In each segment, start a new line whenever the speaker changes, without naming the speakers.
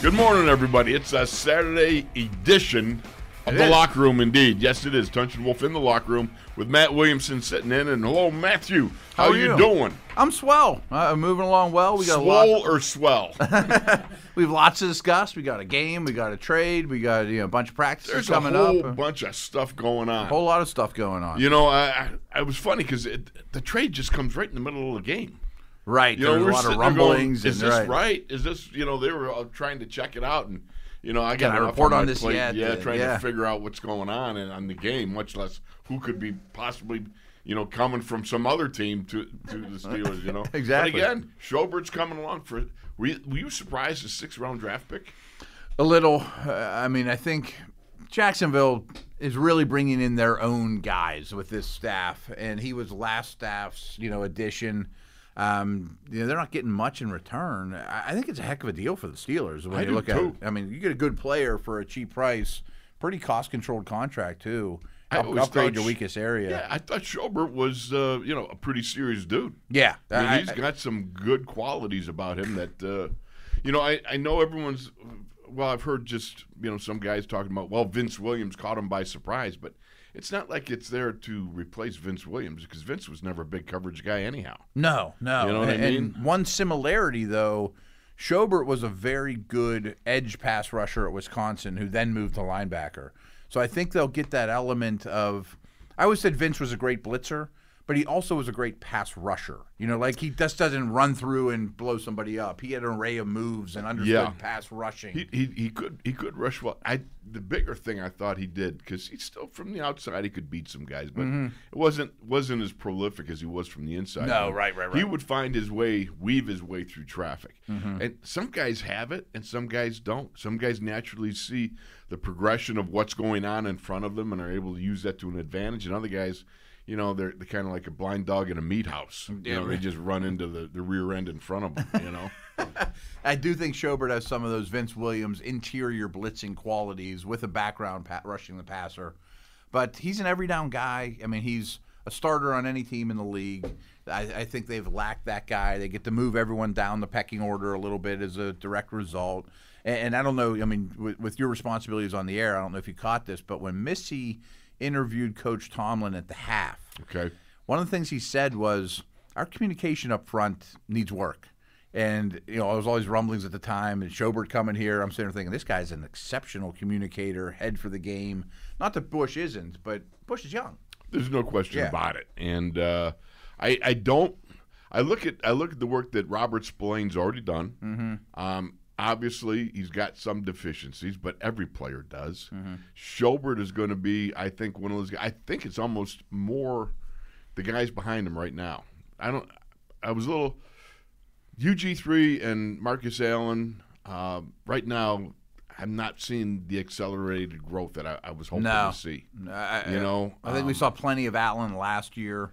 Good morning, everybody. It's a Saturday edition of
It
the
is.
locker room, indeed. Yes, it is. Tunch and Wolf in the locker room with Matt Williamson sitting in. And hello, Matthew. How,
How
are
are
you
you?
doing?
I'm swell. Uh, moving along well. We got a lot.
Swole or swell?
We've lots to discuss. We got a game. We got a trade. We got you know, a bunch of practices
There's a
coming
whole
up.
bunch of stuff going on.
A whole lot of stuff going on.
You know, I, I it was funny because the trade just comes right in the middle of the game.
right.
You
There
know,
was
we're
a lot of
sitting there going,
rumblings.
Is
and,
this right. Is this you know they were all trying to check it out and you know I got
Can I
enough
report
on,
on
my
this
plate,
yet?
Yeah,
Uh,
trying
yeah.
to figure out what's going on and on the game, much less who could be possibly you know coming from some other team to to the Steelers. You know
Exactly.
But again, Schobert's coming along for. Were you, were you surprised the sixth round draft pick?
A little. Uh, I mean, I think Jacksonville is really bringing in their own guys with this staff, and he was last staff's you know addition. Um, you know, they're not getting much in return. I I think it's a heck of a deal for the Steelers when
I
you
do,
look
too.
at it. I mean, you get a good player for a cheap price, pretty cost controlled contract too.
I
Up-
always
upgrade
thought
your
sh-
weakest area.
Yeah, I thought Schobert was uh, you know a pretty serious dude.
Yeah,
I mean,
I-
he's
I-
got some good qualities about him that, uh, you know, I, I know everyone's. Well, I've heard just you know some guys talking about well Vince Williams caught him by surprise, but it's not like it's there to replace Vince Williams because Vince was never a big coverage guy anyhow.
No, no.
You know what I
and, and one similarity though, Schobert was a very good edge pass rusher at Wisconsin who then moved to linebacker. So I think they'll get that element of I always said Vince was a great blitzer, but he also was a great pass rusher. You know, like he just doesn't run through and blow somebody up. He had an array of moves and understood
Yeah.
pass rushing.
He, he, he could he could rush well. I the bigger thing I thought he did because he's still from the outside he could beat some guys, but it wasn't wasn't as prolific as he was from the inside.
Mm-hmm. No, right, right,
He
right. Mm-hmm.
would find his way, weave his way through traffic, and some guys have it, and some guys don't. Some guys naturally see the progression of what's going on in front of them and are able to use that to an advantage, and other guys. You know they're, they're kind of like a blind dog in a meat house. You know they just run into the, the rear end in front of them. You know,
I do think Schobert has some of those Vince Williams interior blitzing qualities with a background pa- rushing the passer, but he's an every down guy. I mean, he's a starter on any team in the league. I, I think they've lacked that guy. They get to move everyone down the pecking order a little bit as a direct result. And, and I don't know. I mean, with, with your responsibilities on the air, I don't know if you caught this, but when Missy interviewed Coach Tomlin at the half,
okay.
one of the things he said was our communication up front needs work. And you know, I was always rumblings at the time, and Schobert coming here. I'm sitting there thinking this guy's an exceptional communicator, head for the game. Not that Bush isn't, but Bush is young.
There's no question
Yeah.
about it. And uh, I, I don't. I look at I look at the work that Robert Spillane's already done.
Mm-hmm.
Um, obviously, he's got some deficiencies, but every player does.
Mm-hmm.
Schobert is going to be, I think, one of those. guys. I think it's almost more the guys behind him right now. I don't. I was a little. UG three and Marcus Allen. Uh, right now, I'm not seeing the accelerated growth that I, I was hoping
No. Uh,
to see.
I,
You know, um,
I think we saw plenty of Allen last year,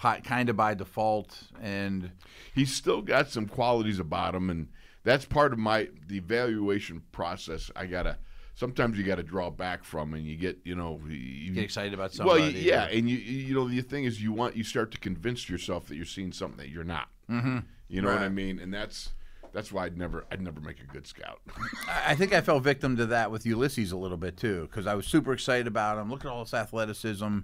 kind of by default, and
he's still got some qualities about him and that's part of my the evaluation process i gotta sometimes you gotta draw back from and you get you know you,
get excited about
well
somebody.
y- yeah and you you know the thing is you want you start to convince yourself that you're seeing something that you're not mm-hmm. you know what i
Right.
mean and that's that's why i'd never i'd never make a good scout
I I think I fell victim to that with Ulysses a little bit too, because I was super excited about him. Look at all this athleticism,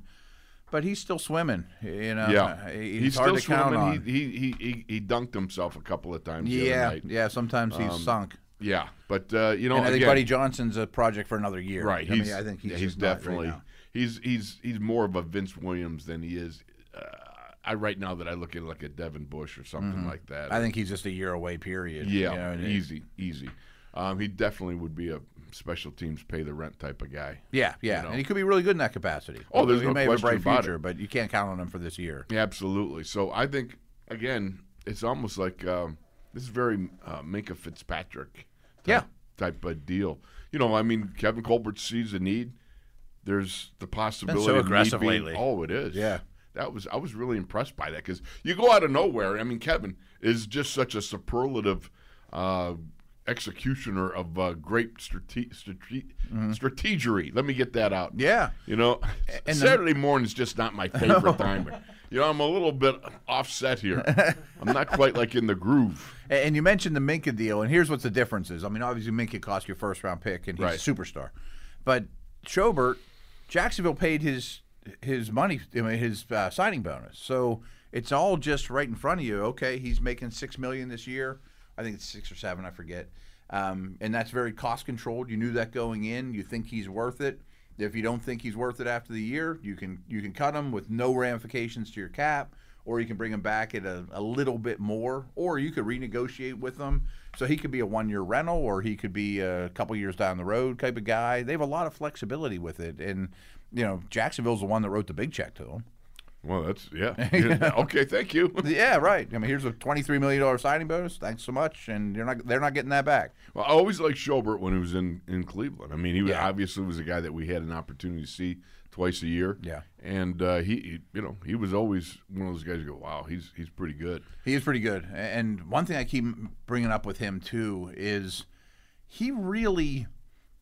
but he's still swimming. You know,
yeah
Uh, he's, hard to count
swimming.
on.
He, he he he he dunked himself a couple of times the other
yeah,
night.
yeah. Sometimes he's sunk.
yeah but uh you know
And I think
again-
Buddy Johnson's a project for another year.
Right.
I
He's,
mean, I think he's,
yeah,
just not right
definitely
now.
he's he's he's more of a Vince Williams than he is. Uh, I right now that I look at like a Devin Bush or something like that.
Mm-hmm. I think he's just a year away. Period.
yeah,
You know, and-
easy, easy. Um, he definitely would be a special teams pay the rent type of guy.
yeah, yeah.
know.
And he could be really good in that capacity.
Oh, there's
he
no
may have a
question
bright
about it.
future, but you can't count on him for this year.
Yeah, absolutely. So I think again, it's almost like um, this is very uh, Minka Fitzpatrick, type,
Yeah.
type of deal. You know, I mean, Kevin Colbert sees a need. There's the possibility. of need
aggressive
being-
lately.
Oh, it is.
Yeah.
that was I was really impressed by that because you go out of nowhere. I mean, Kevin is just such a superlative. Uh, Executioner of uh, great strate- strate-
Mm-hmm.
strategery. Let me get that out.
Yeah.
You know,
And the- Oh.
Saturday morning's just not my favorite time. You know, I'm a little bit offset here. I'm not quite like in the groove.
And and you mentioned the Minka deal, and here's what the difference is. I mean, obviously Minka cost you a first round pick, and he's
Right.
a superstar. But Schobert, Jacksonville paid his his money, I mean, his uh, signing bonus. So it's all just right in front of you. Okay, he's making six million this year. I think it's six or seven. I forget. Um, and that's very cost controlled. You knew that going in. You think he's worth it. If you don't think he's worth it after the year, you can you can cut him with no ramifications to your cap, or you can bring him back at a, a little bit more, or you could renegotiate with him. So he could be a one year rental, or he could be a couple years down the road type of guy. They have a lot of flexibility with it, and you know Jacksonville's the one that wrote the big check to him.
Well, that's yeah. Yeah, okay, thank you.
yeah, right. I mean, here's a twenty three million dollar signing bonus. Thanks so much, and you're not they're not getting that back.
Well, I always liked Schobert when he was in, in Cleveland. I mean, he was,
Yeah.
obviously was a guy that we had an opportunity to see twice a year.
Yeah.
and uh, he, he- you know, he was always one of those guys. You go, wow, he's he's pretty good.
He is pretty good. A- And one thing I keep bringing up with him too is he really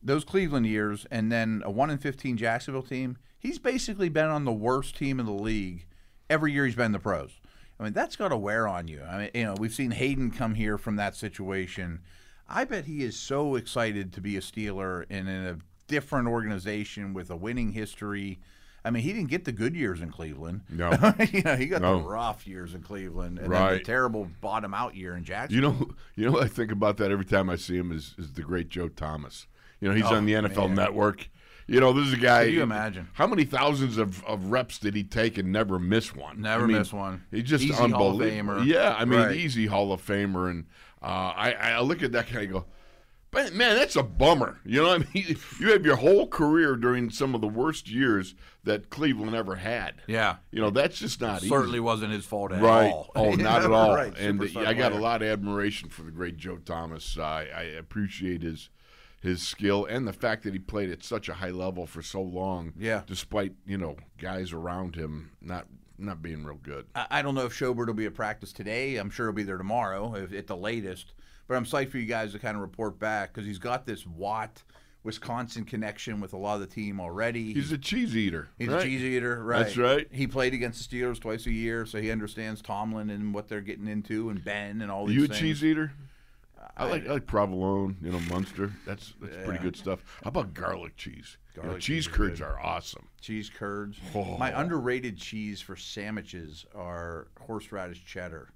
those Cleveland years and then a 1 in 15 Jacksonville team, he's basically been on the worst team in the league every year he's been in the pros. I mean, that's got to wear on you. I mean, you know, we've seen Hayden come here from that situation. I bet he is so excited to be a Steeler and in a different organization with a winning history. I mean, he didn't get the good years in Cleveland.
No.
you know, he got
No.
the rough years in Cleveland and then the
Right.
terrible bottom out year in Jackson.
You know, you know, what I think about that every time I see him is is the great Joe Thomas. You know, he's
Oh,
on the NFL
man.
Network. You know, this is a guy.
Could you imagine?
how many thousands of, of reps did he take and never miss one?
Never
I mean,
miss one.
He's just
Easy Hall of
unbelievable.
Famer.
Yeah, I mean,
Right.
easy Hall of Famer, and uh, I I look at that guy and go. "Man, Man, that's a bummer. You know, what I mean, you have your whole career during some of the worst years that Cleveland ever had.
Yeah.
You know, that's just not easy.
Certainly wasn't his fault at
Right.
all.
Oh, not at all.
Right,
And
superstar
I got a
player.
lot of admiration for the great Joe Thomas. I, I appreciate his his skill and the fact that he played at such a high level for so long.
Yeah.
Despite you know guys around him not not being real good.
I I don't know if Schobert will be at practice today. I'm sure he'll be there tomorrow if, at the latest. But I'm psyched for you guys to kind of report back because he's got this Watt, Wisconsin connection with a lot of the team already.
He's a cheese eater.
He's
right?
a cheese eater, right?
That's right.
He played against the Steelers twice a year, so he understands Tomlin and what they're getting into, and Ben and all
Are
these
you a
things.
cheese eater? I like I like provolone, you know, Munster. That's that's pretty good stuff. How about garlic cheese? You know,
Garlic
cheese curds are awesome.
cheese curds.
Oh.
My underrated cheese for sandwiches are horseradish cheddar.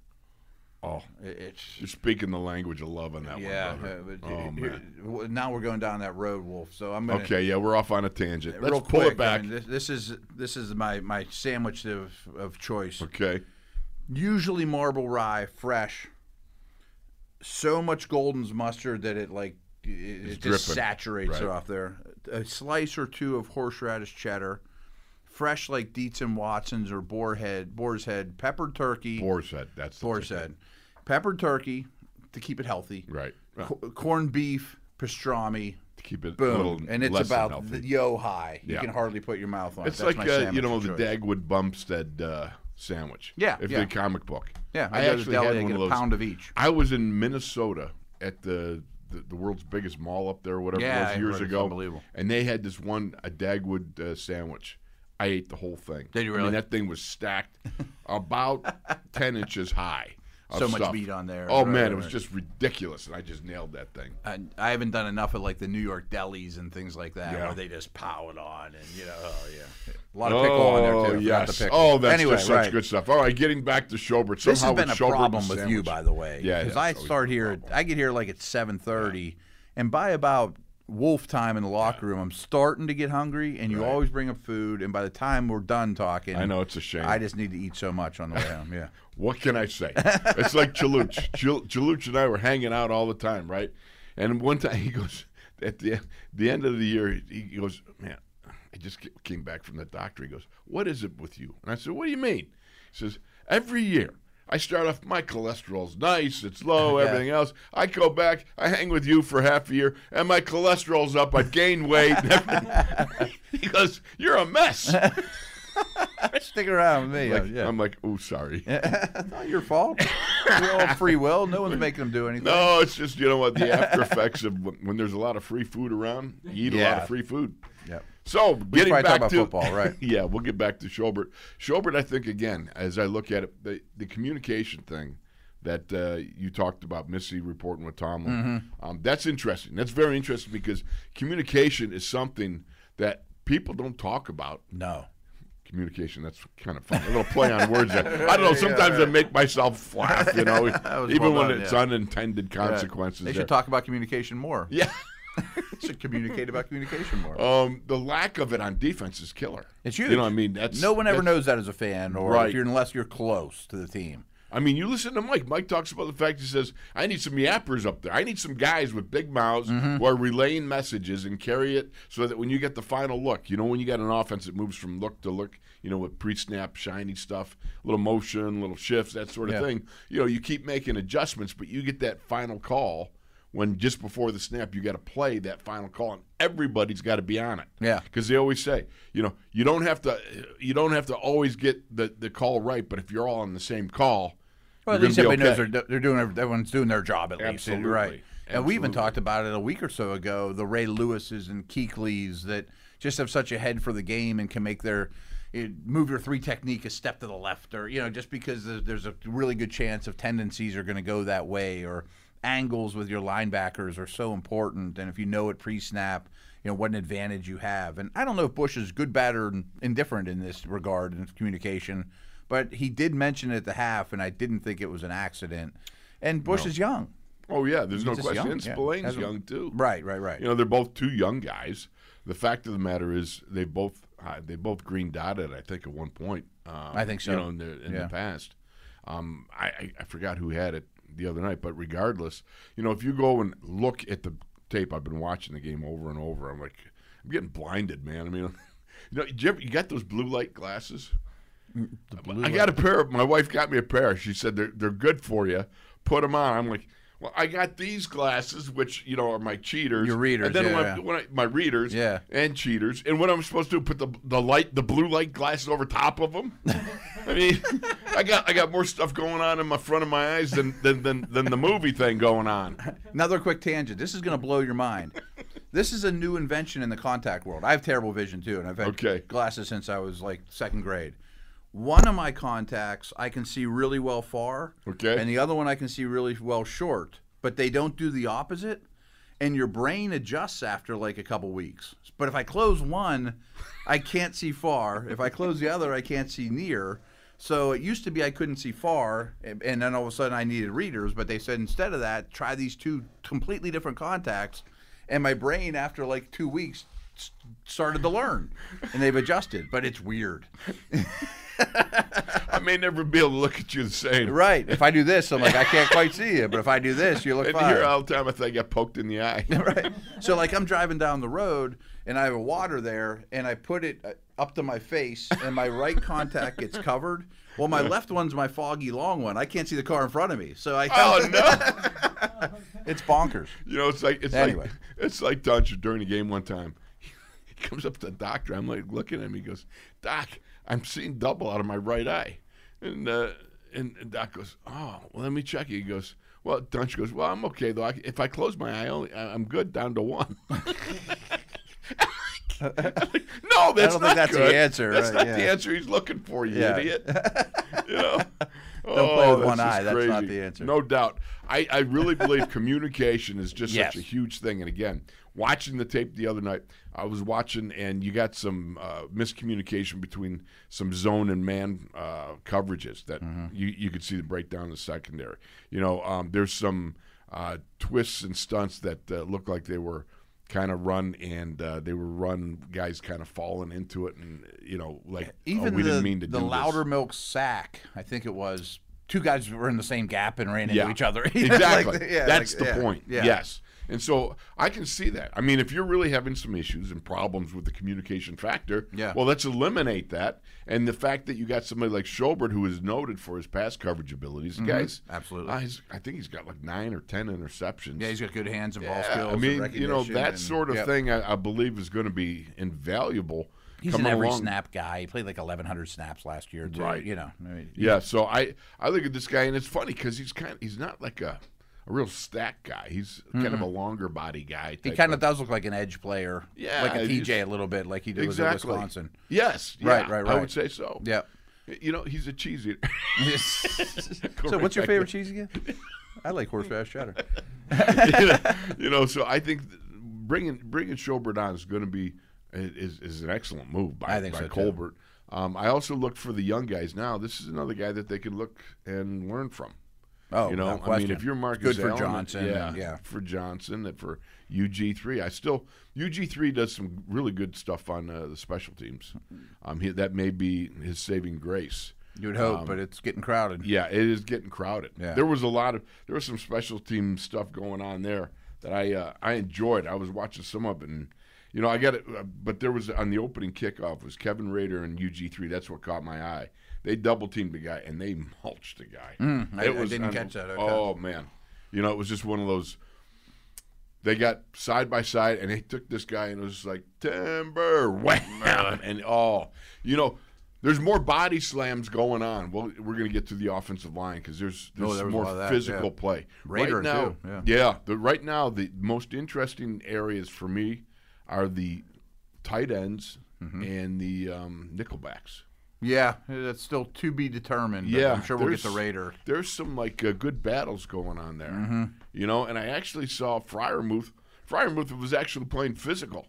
Oh,
I- It's
you're speaking the language of love on that
yeah.
one. brother.
uh, but
oh
here-
man.
w- now we're going down that road, Wolf. So I'm gonna
Okay, yeah, we're off on a tangent. Let's
real
pull
quick,
it
I
back.
mean, this, this is this is my my sandwich of, of choice.
okay.
Usually marble rye, fresh. So much golden's mustard that it like it, it just
dripping,
saturates it
right.
off there. A slice or two of horseradish cheddar, fresh like Dietz and Watson's or Boar Head, Boar's Head, peppered turkey,
Boar's head. That's the
Boar's Head, peppered turkey to keep it healthy.
Right.
Co- corned beef, pastrami,
To keep it a
boom,
little
and it's
less than
about
healthy.
the yo high. You
Yeah.
can hardly put your mouth on.
it's
it. That's
like
my
uh,
sandwich
you know
of
the
choice.
Dagwood Bumpstead uh, sandwich.
Yeah,
If
yeah.
the comic book.
Yeah, I,
I,
go to the
actually
deli,
had
I
one
get
of
a
those.
pound of each.
I was in Minnesota at the, the the world's biggest mall up there, whatever
Yeah,
it
I
was years
heard it's
ago.
unbelievable.
And they had this one a Dagwood uh, sandwich. I ate the whole thing.
Did you
I
really?
mean, that thing was stacked about ten inches high. of
So much
stuff.
meat on there.
Oh
Right,
man,
right,
it was
right.
just ridiculous, and I just nailed that thing.
I, I haven't done enough of like the New York delis and things like that
Yeah.
where they just pow it on and you know, oh yeah, a lot of pickle on there too. I forgot
yes.
the pickle.
Oh, that's
anyway,
just
right.
such good stuff. All right, getting back to Schobert. Somehow
This has been a
with Schobert
problem
the
with
sandwich-
you, by the way.
Yeah,
because
yeah,
I
it's always
start here. I get here like at seven thirty, and by about wolf time in the locker room, I'm starting to get hungry. And you
Right.
always bring up food, and by the time we're done talking,
I know it's a shame.
I just need to eat so much on the way home. Yeah.
What can I say? It's like Chaluch. Chal- Chaluch and I were hanging out all the time, right? And one time he goes at the the end of the year, he he goes, man, I just ca- came back from the doctor. He goes, what is it with you? And I said, what do you mean? He says, every year. I start off, my cholesterol's nice, it's low,
Yeah.
everything else. I go back, I hang with you for half a year, and my cholesterol's up, I've gained weight. and everything." he goes, You're a mess.
Stick around with me.
Like,
yeah.
I'm like, Oh, sorry.
not your fault. We're all free will. No one's making them do anything.
No, it's just you know what the after effects of when when there's a lot of free food around. You eat a lot
Yeah.
of free food.
Yep.
So getting
probably talk
back
about
to
football, right.
yeah, we'll get back to Schobert. Schobert, I think again, as I look at it, the, the communication thing that uh, you talked about, Missy reporting with Tomlin,
Mm-hmm.
um, that's interesting. That's very interesting because communication is something that people don't talk about.
No.
Communication, that's kind of fun. A little play on words. There. I don't know. Sometimes I make myself laugh, you know,
was
even
well
when
done,
it's
yeah.
unintended consequences.
They
there.
should talk about communication more.
yeah.
They should communicate about communication more.
Um, the lack of it on defense is killer.
It's
You
huge.
know, what I mean, that's
no one ever
that's-
knows that as a fan, or
Right.
if you're, unless you're close to the team.
I mean, you listen to Mike. Mike talks about the fact he says, "I need some yappers up there. I need some guys with big mouths who are relaying messages and carry it so that when you get the final look, you know, when you got an offense that moves from look to look, you know, with pre-snap shiny stuff, little motion, little shifts, that sort of
Yeah.
thing. You know, you keep making adjustments, but you get that final call." When just before the snap, you got to play that final call, and everybody's got to be on it.
Yeah.
because they always say, you know, you don't have to, you don't have to always get the, the call right, but if you're all on the same call,
Well, at
you're
least
gonna
everybody
be
knows
okay.
they're, do- they're doing every- everyone's doing their job at least,
Absolutely.
right? And we even
Absolutely.
talked about it a week or so ago. The Ray Lewis's and Keekleys that just have such a head for the game and can make their it, move your three technique a step to the left, or you know, just because there's- there's a really good chance of tendencies are going to go that way, or angles with your linebackers are so important. And if you know it pre-snap, you know what an advantage you have. And I don't know if Bush is good, bad, or indifferent in this regard in communication, but he did mention it at the half, and I didn't think it was an accident. And Bush is young.
Oh yeah, there's no
just
question.
young,
and
yeah.
Spillane's
That's what-
young too.
Right, right, right.
You know, they're both two young guys. The fact of the matter is, they both uh, they both green dotted. I think at one point. Um,
I think so.
You know, in the, in
Yeah.
the past, um, I, I I forgot who had it the other night, but regardless, you know, if you go and look at the tape, I've been watching the game over and over. I'm like, I'm getting blinded, man. I mean, you know, did you, ever, you got those blue light glasses. I got a pair. of- My wife got me a pair. She said they're they're good for you. Put them on. I'm like, well, I got these glasses, which you know are my cheaters,
Your readers,
and then
yeah,
when,
yeah.
I, when I, my readers,
Yeah.
and cheaters. And what I'm supposed to do? Put the the light, the blue light glasses over top of them. I mean, I got I got more stuff going on in my front of my eyes than than than, than the movie thing going on.
Another quick tangent. This is going to blow your mind. This is a new invention in the contact world. I have terrible vision too, and I've had
Okay.
glasses since I was like second grade. One of my contacts I can see really well far,
Okay.
and the other one I can see really well short. But they don't do the opposite, and your brain adjusts after like a couple weeks. But if I close one, I can't see far. If I close the other, I can't see near. So it used to be I couldn't see far, and, and then all of a sudden I needed readers. But they said instead of that, try these two completely different contacts, and my brain after like two weeks s- started to learn, and they've adjusted. But it's weird,
I may never be able to look at you the same.
right? If I do this, I'm like I can't quite see you, but if I do this, you look
And
fine.
here all the time, I think I got poked in the eye.
right? So like I'm driving down the road and I have a water there and I put it uh, up to my face and my right contact gets covered. Well, my left one's my foggy long one. I can't see the car in front of me, so I
Oh no.
it's bonkers.
You know, it's like it's
Anyway.
like it's like Duncher during the game one time. He comes up to the doctor. I'm like looking at him. He goes, "Doc, I'm seeing double out of my right eye," and uh, and, and Doc goes, "Oh, well, let me check it." He goes, "Well," Duncher goes, "Well, I'm okay though. I, if I close my eye, only I, I'm good down to one." I'm like, no, that's
I don't
not
think that's the
good.
answer,
That's
right,
not the
yeah.
answer he's looking for, you
Yeah.
idiot. you know?
Don't play
Oh,
with one
that's
eye.
just
That's not
crazy.
the answer.
No doubt. I, I really believe communication is just
Yes.
such a huge thing. And again, watching the tape the other night, I was watching, and you got some uh, miscommunication between some zone and man uh, coverages that
Mm-hmm.
you, you could see the breakdown in the secondary. You know, um, there's some uh, twists and stunts that uh, look like they were kind of run and uh, they were run guys kind of falling into it and you know like
Even
oh, we
the,
didn't mean to
the
do this.
louder milk sack, I think it was. Two guys were in the same gap and ran into each other. You know, like,
Exactly.
yeah,
That's
like,
the
yeah,
point.
Yeah.
Yes. And so I can see that. I mean, if you're really having some issues and problems with the communication factor,
Yeah.
well, let's eliminate that. And the fact that you got somebody like Schobert, who is noted for his pass coverage abilities, guys,
Mm-hmm. absolutely.
uh, he's- I think he's got like nine or ten interceptions.
Yeah, he's got good hands and ball
Yeah,
skills.
I
and
mean, you know,
recognition
that
and-
sort of
Yep.
thing I, I believe is going to be invaluable.
He's
coming
an every
along.
snap guy. He played like 1,100 snaps last year, too.
Right.
You know, I mean,
Yeah, so I I look at this guy and it's funny because he's kind he's not like a, a real stack guy. He's kind of a longer body guy.
He
type
kind of does look like an edge player.
Yeah,
Like a
he's-
TJ a little bit, like he did with
exactly.
Wisconsin.
Yes,
Right,
yeah,
right,
I
right.
would say so.
Yep.
You know, he's a cheese eater.
so, what's your favorite cheese again? I like horseradish cheddar.
you, know, you know, so I think th- bringing bringing Schobert on is going to be is is an excellent move by,
I think
by
so, too.
Colbert. Um, I also looked for the young guys. Now, this is another guy that they can look and learn from.
Oh,
you know,
no
I
question.
mean, if you're Marcus
good for
Allen,
Johnson,
yeah,
and- yeah.
for Johnson and for UG three. I still UG three does some really good stuff on uh, the special teams. Um, he, that may be his saving grace.
you would
Um,
hope, but it's getting crowded.
Yeah, it is getting crowded.
Yeah.
There was a lot of there was some special team stuff going on there that I uh, I enjoyed. I was watching some of it, and you know I got it, uh, but there was on the opening kickoff was Kevin Rader and UG three. That's what caught my eye. They double teamed the guy and they mulched the guy.
Mm, I- I didn't catch that, okay.
Oh man, you know it was just one of those. They got side by side and they took this guy and it was like timber wham and oh you know. There's more body slams going on. Well, we're going to get to the offensive line because there's
Oh,
there's
there was a
more
lot of that,
physical
yeah.
play.
Raider,
right now,
too, yeah.
the, right now, the most interesting areas for me are the tight ends
Mm-hmm.
and the um, nickelbacks.
Yeah, that's still to be determined. but
Yeah,
I'm sure we'll get
there's-
the Raider.
There's some like uh, good battles going on there,
Mm-hmm.
you know. And I actually saw Fryermuth. Fryermuth was actually playing physical.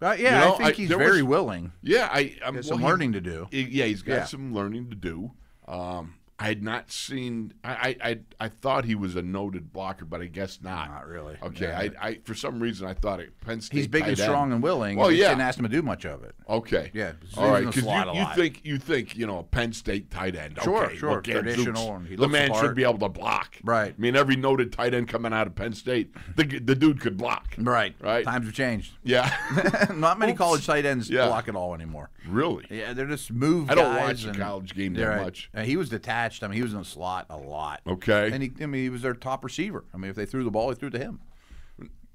Uh, yeah,
You know,
I think
I-
he's
there
very
was-
willing.
Yeah, I I'm
There's
well,
some
he-
learning to do.
I- yeah, he's got
Yeah.
some learning to do. Um, I had not seen. I, I I I thought he was a noted blocker, but I guess not.
Not really.
Okay.
Yeah.
I, I for some reason I thought it. Penn State.
He's big
tight
and
end.
strong and willing.
Well,
they just
yeah.
didn't ask him to do much of it.
Okay.
Yeah, he's
All right.
in the
Because
slot a
you, you
lot.
think you think you know a Penn State tight end.
Sure,
okay,
sure,
well, Gadzooks,
traditional, and he
the
looks
man
the part.
should be able to block.
Right.
I mean, every noted tight end coming out of Penn State, the the dude could block.
Right.
Right.
Times have changed.
Yeah.
Not many college tight ends
Yeah.
block at all anymore.
really.
Yeah, they're just move.
I don't
guys
watch the
and-
college game that
Yeah, right.
much.
And he was detached. I mean, he was in the slot a lot.
Okay.
And he, I mean, he was their top receiver. I mean, if they threw the ball, he threw it to him.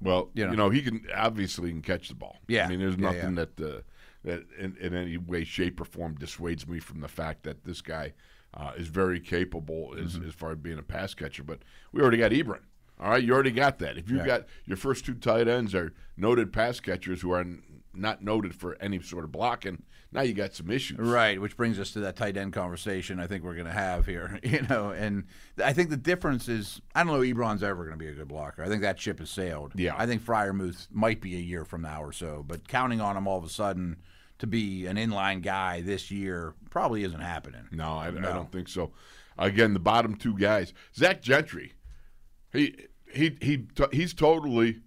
Well,
You
you
know.
know, he can obviously can catch the ball.
Yeah.
I mean, there's
Yeah,
nothing that uh, that in, in any way, shape, or form dissuades me from the fact that this guy uh, is very capable as,
Mm-hmm.
as far as being a pass catcher. But we already got Ebron. All right, you already got that. If you've got your first two tight ends are noted pass catchers who are n- not noted for any sort of blocking, now you got some issues.
Right, which brings us to that tight end conversation I think we're going to have here. You know, and th- I think the difference is I don't know Ebron's ever going to be a good blocker. I think that ship has sailed.
Yeah.
I think Fryermuth might be a year from now or so, but counting on him all of a sudden to be an inline guy this year probably isn't happening.
No, I, I don't think so. Again, the bottom two guys, Zach Gentry, he he he he's totally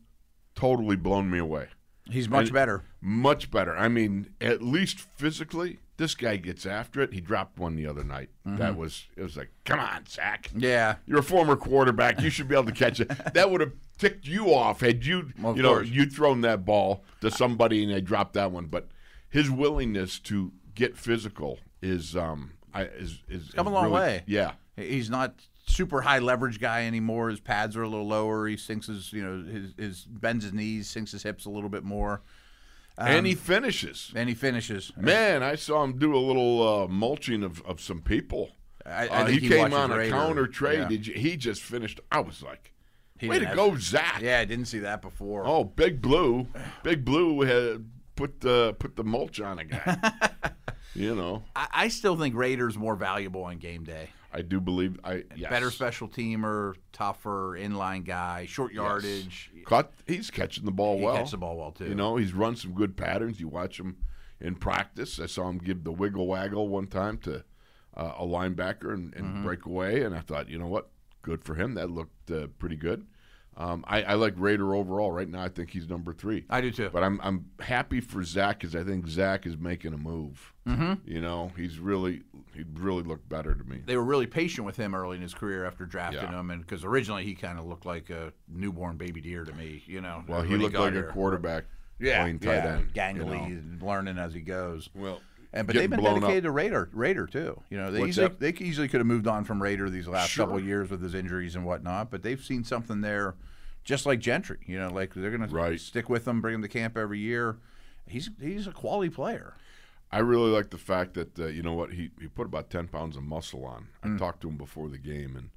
totally blown me away.
He's much
And-
better.
Much better. I mean, at least physically, this guy gets after it. He dropped one the other night. That was it was like, come on, Zach.
Yeah.
You're a former quarterback. You should be able to catch it. That would have ticked you off had you
Well, of
you know
course.
you'd thrown that ball to somebody and they dropped that one. But his willingness to get physical is um I, is is
Come a
is
long
really-
way.
Yeah.
He's not super high leverage guy anymore. His pads are a little lower. He sinks his, you know, his, his bends his knees, sinks his hips a little bit more, Um,
and he finishes.
and he finishes.
Man, I saw him do a little uh, mulching of, of some people.
I- I
Uh,
think
he,
he
came
watches
on a
Raider.
counter trade.
Yeah.
Did you, he just finished? I was like,
He
way to
didn't have-
go, Zach!
Yeah, I didn't see that before.
Oh, Big Blue, Big Blue had put the put the mulch on a guy. you know,
I, I still think Raiders more valuable on game day.
I do believe I yes.
Better special teamer, tougher inline guy, short
Yes.
yardage.
Caught. He's catching the ball
He
well.
catches the ball well too.
You know, he's run some good patterns. You watch him in practice. I saw him give the wiggle waggle one time to uh, a linebacker and, and
Mm-hmm.
break away, and I thought, you know what, good for him. That looked uh, pretty good. Um, I, I like Raider overall. Right now, I think he's number three.
I do too.
but I'm I'm happy for Zach because I think Zach is making a move.
Mm-hmm.
You know, he's really he really looked better to me.
they were really patient with him early in his career after drafting
Yeah.
him, and because originally he kind of looked like a newborn baby deer to me. You know,
Well, he
when
looked
got
like
here.
a quarterback
yeah,
playing tight
yeah,
end. you know.
gangly, learning as he goes.
Well,
And but
getting
they've been
blown up.
dedicated to Raider, Raider too. You know, they
What's
easily
that?
they easily could have moved on from Raider these last
Sure.
couple of years with his injuries and whatnot. But they've seen something there, just like Gentry. You know, like they're going to
Right.
stick with him, bring him to camp every year. He's he's a quality player.
I really like the
Hmm.
fact that uh, you know what he, he put about ten pounds of muscle on. I talked to him before the game, and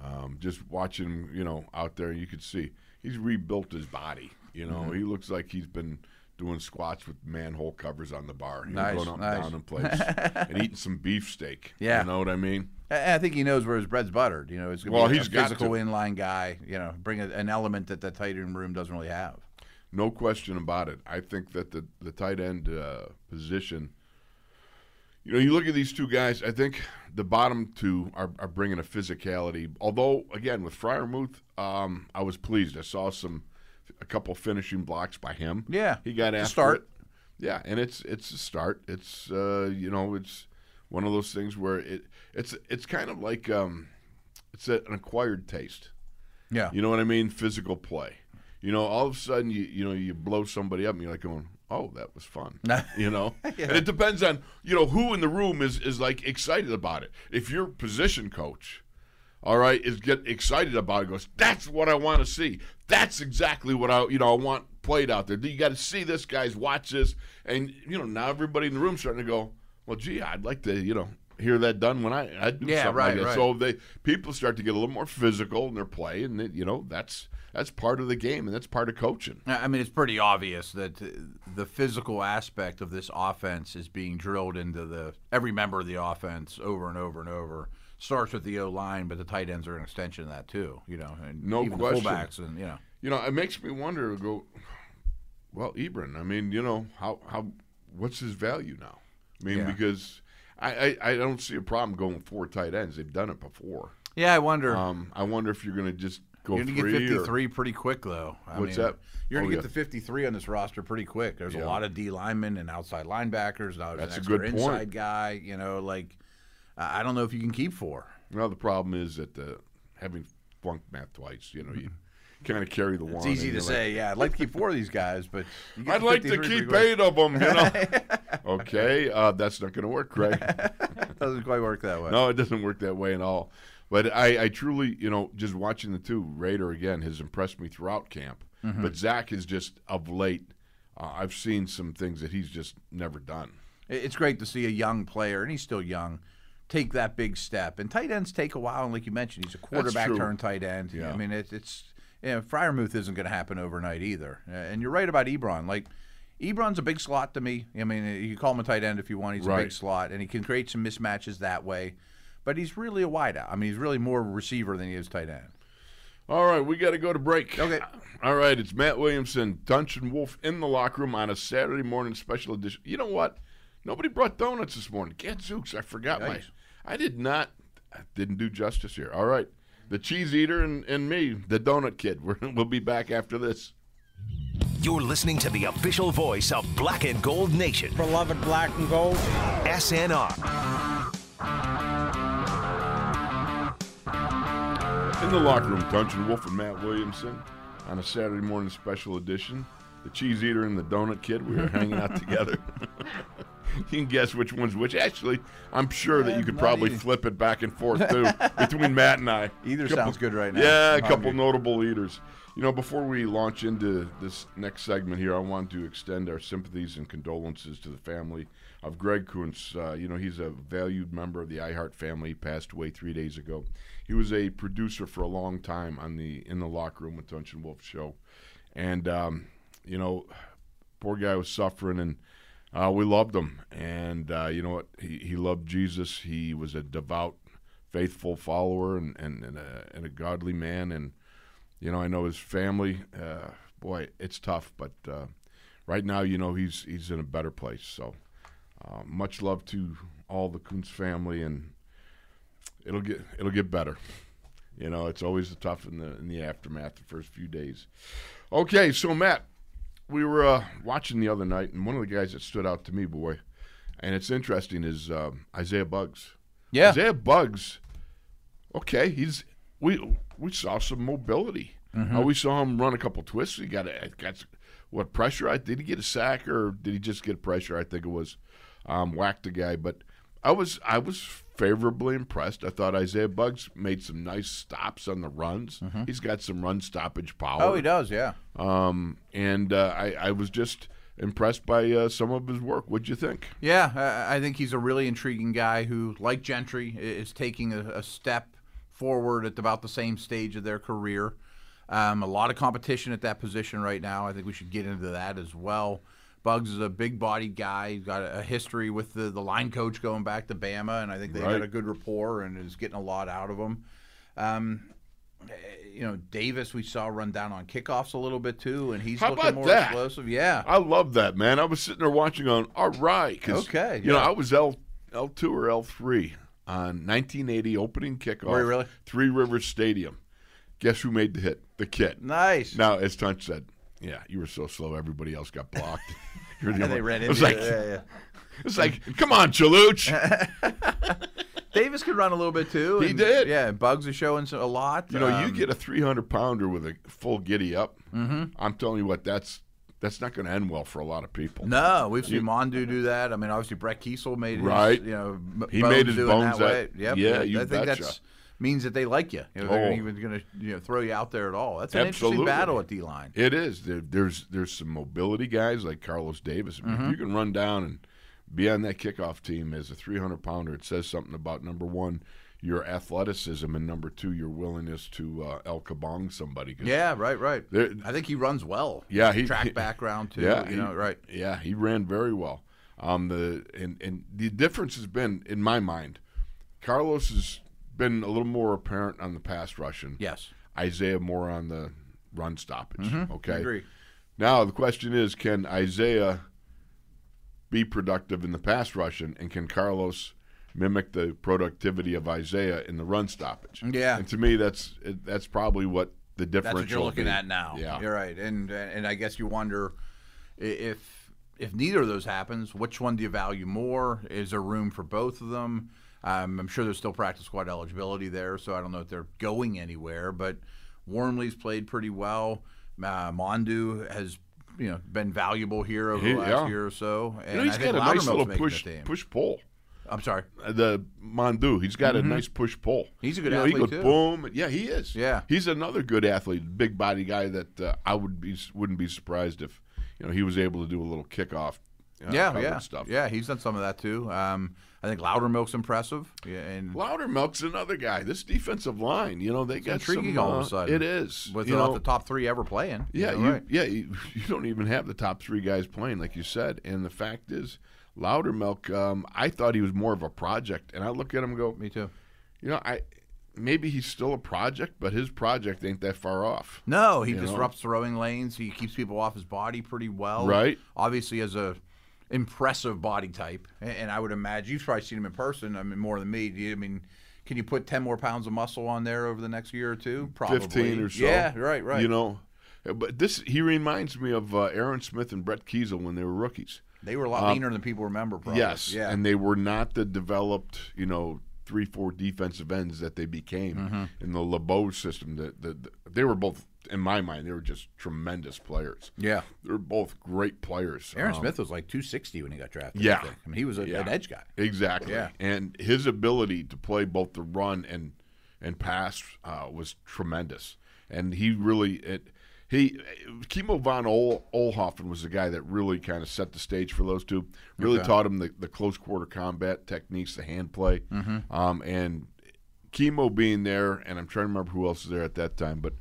Um, just watching him, you know, out there, you could see he's rebuilt his body. You know,
Hmm.
he looks like he's been doing squats with manhole covers on the bar. You know,
Nice,
going up
nice.
and down in place and eating some beefsteak.
Yeah.
you know what I mean.
I I think he knows where his bread's buttered. You know, he's gonna
Well,
be a
he's got
physical
to.
inline guy. You know, bring a, an element that the tight end room doesn't really have.
No question about it. I think that the the tight end uh, position. You know, you look at these two guys. I think the bottom two are, are bringing a physicality. Although, again, with Fryermuth, um, I was pleased. I saw some, a couple finishing blocks by him.
Yeah,
he got
a
after
start.
it. Yeah, and it's it's a start. It's uh, you know, it's one of those things where it it's it's kind of like um, it's a, an acquired taste.
Yeah,
You know what I mean? Physical play. You know, all of a sudden, you you know, you blow somebody up, and you're like going, "Oh, that was fun." You know, and it depends on you know who in the room is is like excited about it. If your position coach, all right, is get excited about it, goes, "That's what I want to see. That's exactly what I you know I want played out there. You got to see this, guys. Watch this, and you know now everybody in the room's starting to go, "Well, gee, I'd like to you know." Hear that done when I I do
Yeah,
something
right,
like that.
right.
So they people start to get a little more physical in their play, and it, you know that's that's part of the game, and that's part of coaching.
I I mean, it's pretty obvious that uh, the physical aspect of this offense is being drilled into the every member of the offense over and over and over. Starts with the O line, but the tight ends are an extension of that too. You know, and
No
even
question.
The fullbacks and you know,
You know, it makes me wonder. Go, well, Ebron. I mean, you know how how what's his value now? I mean,
Yeah.
because I, I I don't see a problem going four tight ends. They've done it before.
yeah. I wonder.
Um, I wonder if you're going to just go
you're gonna get
three or-
53 pretty quick though. I
What's
mean,
that?
You're gonna
Oh,
get
yeah.
to 53 on this roster pretty quick. There's
Yeah.
a lot of D linemen and outside linebackers. Now there's
That's a
an extra
good point.
inside guy. You know, like I I don't know if you can keep four.
Well, the problem is that the, having flunked math twice, you know, you kind of carry the one.
Mm-hmm. It's easy
and
to
you're like,
say, yeah, I'd like to keep four of these guys, but you get
I'd like to
53 pretty
keep
quick.
eight of them, you know. okay, uh, that's not going to work, Greg.
Doesn't quite work that way.
No, it doesn't work that way at all. But I, I truly, you know, just watching the two, Raider again has impressed me throughout camp.
Mm-hmm.
But Zach is just, of late, uh, I've seen some things that he's just never done.
It- It's great to see a young player, and he's still young, take that big step. And tight ends take a while, and like you mentioned, he's a quarterback
true.
turn tight end.
Yeah.
I mean, it, it's you know, Fryermuth isn't going to happen overnight either. Uh, And you're right about Ebron. Like Ebron's a big slot to me. I mean, you can call him a tight end if you want. He's a
Right.
big slot, and he can create some mismatches that way. But he's really a wideout. I mean, he's really more receiver than he is tight end.
All right, we got to go to break.
Okay.
All right, it's Matt Williamson, Dunch and Wolf in the locker room on a Saturday morning special edition. You know what? Nobody brought donuts this morning. Gadzooks, I forgot my.
Yikes.
I did not. I didn't do justice here. All right, the cheese eater and, and me, the donut kid. We're, we'll be back after this.
You're listening to the official voice of Black and Gold Nation,
beloved black and gold.
SNR.
In the locker room, Dungeon Wolf and Matt Williamson on a Saturday morning special edition. The cheese eater and the donut kid, we were hanging out together. you can guess which one's which. Actually, I'm sure that you could
not
probably
easy.
flip it back and forth too between Matt and I.
Either sounds good right now.
Yeah, a
I'm
couple
hungry.
notable eaters. You know, before we launch into this next segment here, I want to extend our sympathies and condolences to the family of Greg Kuntz. Uh, you know, he's a valued member of the iHeart family. He passed away three days ago. He was a producer for a long time on the In the Locker Room with Dunch and Wolf show. And, um, you know, poor guy was suffering and uh, we loved him and uh, you know what he, he loved jesus he was a devout faithful follower and, and, and, a, and a godly man and you know i know his family uh, boy it's tough but uh, right now you know he's he's in a better place so uh, much love to all the Kuntz family and it'll get it'll get better you know it's always tough in the in the aftermath the first few days okay so matt we were uh, watching the other night, and one of the guys that stood out to me, boy, and it's interesting, is um, Isaiah Bugs.
Yeah.
Isaiah Bugs. Okay, he's we we saw some mobility.
Mm-hmm.
Uh, we saw him run a couple twists. He got a, got s- what pressure? I did he get a sack or did he just get pressure? I think it was um, whacked the guy, but. I was I was favorably impressed. I thought Isaiah Bugs made some nice stops on the runs. He's got some run stoppage power.
Mm-hmm. Oh, he does. Yeah.
Um, and uh, I, I was just impressed by uh, some of his work. What'd you think?
Yeah, I, I think he's a really intriguing guy who, like Gentry, i- is taking a, a step forward at about the same stage of their career. Um, a lot of competition at that position right now. I think we should get into that as well. Bugs is a big bodied guy. He's got a a history with the, the line coach going back to Bama, and I think they
Right.
got a good rapport and is getting a lot out of him. Um, eh, you know, Davis, we saw run down on kickoffs a little bit too, and he's
How
looking
about
more
that?
explosive. Yeah.
I love that, man. I was sitting there watching on, all right. 'cause,
Okay,
You know,
yeah.
I was L, L2 or L3 on 1980 opening kickoff.
Were you really?
Three Rivers Stadium. Guess who made the hit? The kid.
Nice.
Now, as Tunch said, yeah, you were so slow, everybody else got blocked. You're the
And
only-
they ran
it was
into
like,
it. Yeah, yeah.
It's like, come on, Chaluch.
Davis could run a little bit too.
He
and-
did.
Yeah, and Bugs is showing so- a lot.
You know, you
Um, Mm-hmm.
get a 300 pounder with a full giddy up. I'm telling you what, that's that's not going to end well for a lot of people.
No, we've seen Mondu do that. I mean, obviously Brett Kiesel made his,
Right.
You know, m-
He
bones
made his
doing
bones
that
that-
way. Yep.
yeah,
I-
you
I think
betcha.
that's means that they like you. You know, they're
Oh.
not even going to you know throw you out there at all. That's an interesting
Absolutely.
battle at D line.
It is. There, there's there's some mobility guys like Carlos Davis. I mean,
Mm-hmm.
if You can run down and be on that kickoff team as a 300 pounder. It says something about number one, your athleticism, and number two, your willingness to uh, El Kabong somebody. 'Cause
Yeah, right, right.
There-
I think he runs well.
Yeah, he-
track
he-
background too.
Yeah,
you know,
he-
right.
Yeah, he ran very well. Um, the and and the difference has been in my mind, Carlos has been a little more apparent on the pass rushing.
Yes,
Isaiah more on the run stoppage. Okay,
I Mm-hmm. agree.
Now the question is, can Isaiah be productive in the pass rushing, and can Carlos mimic the productivity of Isaiah in the run stoppage?
Yeah.
and to me, that's that's probably what the difference.
That's what you're looking at now.
Yeah,
you're right. And and I guess you wonder i- if if neither of those happens, which one do you value more? Is there room for both of them? Um, I'm sure there's still practice squad eligibility there, so I don't know if they're going anywhere. But Wormley's played pretty well. Uh, Mondu has you know been valuable here over
He-
the last
yeah.
year or so.
You
And
know, he's
I
got
think
a nice
Loudermilk's
little
making
push
the team.
push pull.
I'm sorry.
the Mandu. He's got a nice push pull.
Mm-hmm. He's a good
you know, he goes
athlete, too.
boom. Yeah, he is.
Yeah.
he's another good athlete, big body guy that uh, I would be wouldn't be surprised if you know he was able to do a little kickoff. Uh,
yeah,
covered
yeah,
stuff.
yeah. He's done some of that too. Um, I think Loudermilk's impressive. Yeah, and
Loudermilk's another guy. This defensive line, you know, they got
intriguing
some,
all of a
uh,
sudden.
It is.
with
you
not
know,
the top three ever playing.
Yeah,
You're
you,
right.
yeah, you, you don't even have the top three guys playing, like you said. And the fact is, Loudermilk, um, I thought he was more of a project, and I look at him and go,
Me too.
you know, I maybe he's still a project, but his project ain't that far off.
No, he
know?
disrupts throwing lanes. He keeps people off his body pretty well.
Right.
Obviously, has a impressive body type, a- and I would imagine you've probably seen him in person. I mean, more than me. Do you, I mean, can you put ten more pounds of muscle on there over the next year or two? Probably.
Fifteen or so.
Yeah. Right. Right.
You know, but this he reminds me of uh, Aaron Smith and Brett Kiesel when they were rookies.
they were a lot leaner than people remember. Probably.
um, Yes,
Oh, Yeah.
and they were not the developed, you know, three four defensive ends that they became
Mm-hmm.
in the LeBeau system. That the, the, they were both, in my mind, they were just tremendous players.
yeah.
They're both great players.
Aaron
Um,
Smith was like 260 when he got drafted.
Yeah.
I, think. I mean, he was a,
Yeah.
an edge guy.
Exactly.
Yeah.
And his ability to play both the run and and pass uh, was tremendous. And he really it he Kimo von Ol, Olhoffen was the guy that really kind of set the stage for those two. Really taught him the, the close quarter combat techniques, the hand play,
Mm-hmm.
um, and Kimo being there. And I'm trying to remember who else was there at that time, but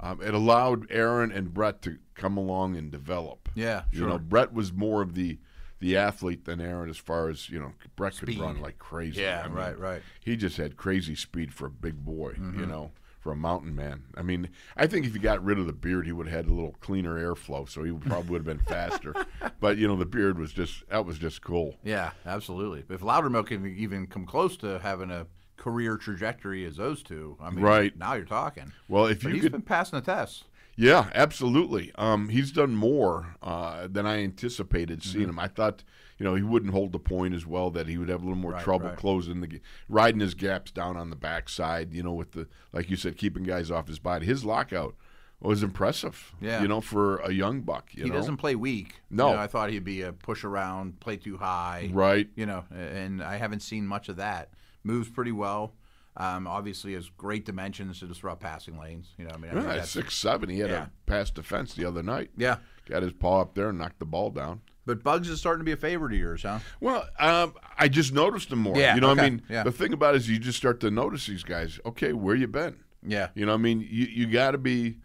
um, it allowed Aaron and Brett to come along and develop.
Yeah,
You know, Brett was more of the the athlete than Aaron as far as you know. Brett could run like crazy.
Yeah,
I mean,
right, right. Mm-hmm.
He just had crazy speed for a big boy. You know, for a mountain man. I mean, I think if he got rid of the beard, he would have had a little cleaner airflow, so he would- probably would have been faster. But you know, the beard was just that was just cool.
Yeah, absolutely. If Loudermilk can even come close to having a career trajectory as those two, I mean,
Right.
now you're talking.
Well, if
But
you
he's
could,
been passing the test.
yeah, absolutely. Um, he's done more uh, than I anticipated
Mm-hmm.
seeing him. I thought, you know, he wouldn't hold the point as well. That he would have a little more trouble
right.
closing the, g- riding his gaps down on the backside. You know, with the like you said, keeping guys off his body. His lockout was impressive.
Yeah.
you know, for a young buck. You
He
know,
doesn't play weak. You
No.
know, I thought he'd be a push around, play too high,
right.
you know, and I haven't seen much of that. Moves pretty well. Um, obviously, has great dimensions to disrupt passing lanes. You know, I mean, I think
Yeah,
that's-
six seven. He had
yeah.
a pass defense the other night.
yeah,
Got his paw up there and knocked the ball down.
But Bugs is starting to be a favorite of yours, huh?
Well, um, I just noticed them more.
Yeah,
you know what I
okay,
mean?
yeah.
The thing about it is you just start to notice these guys. Okay, where you been?
Yeah.
You know what I mean? You you got to be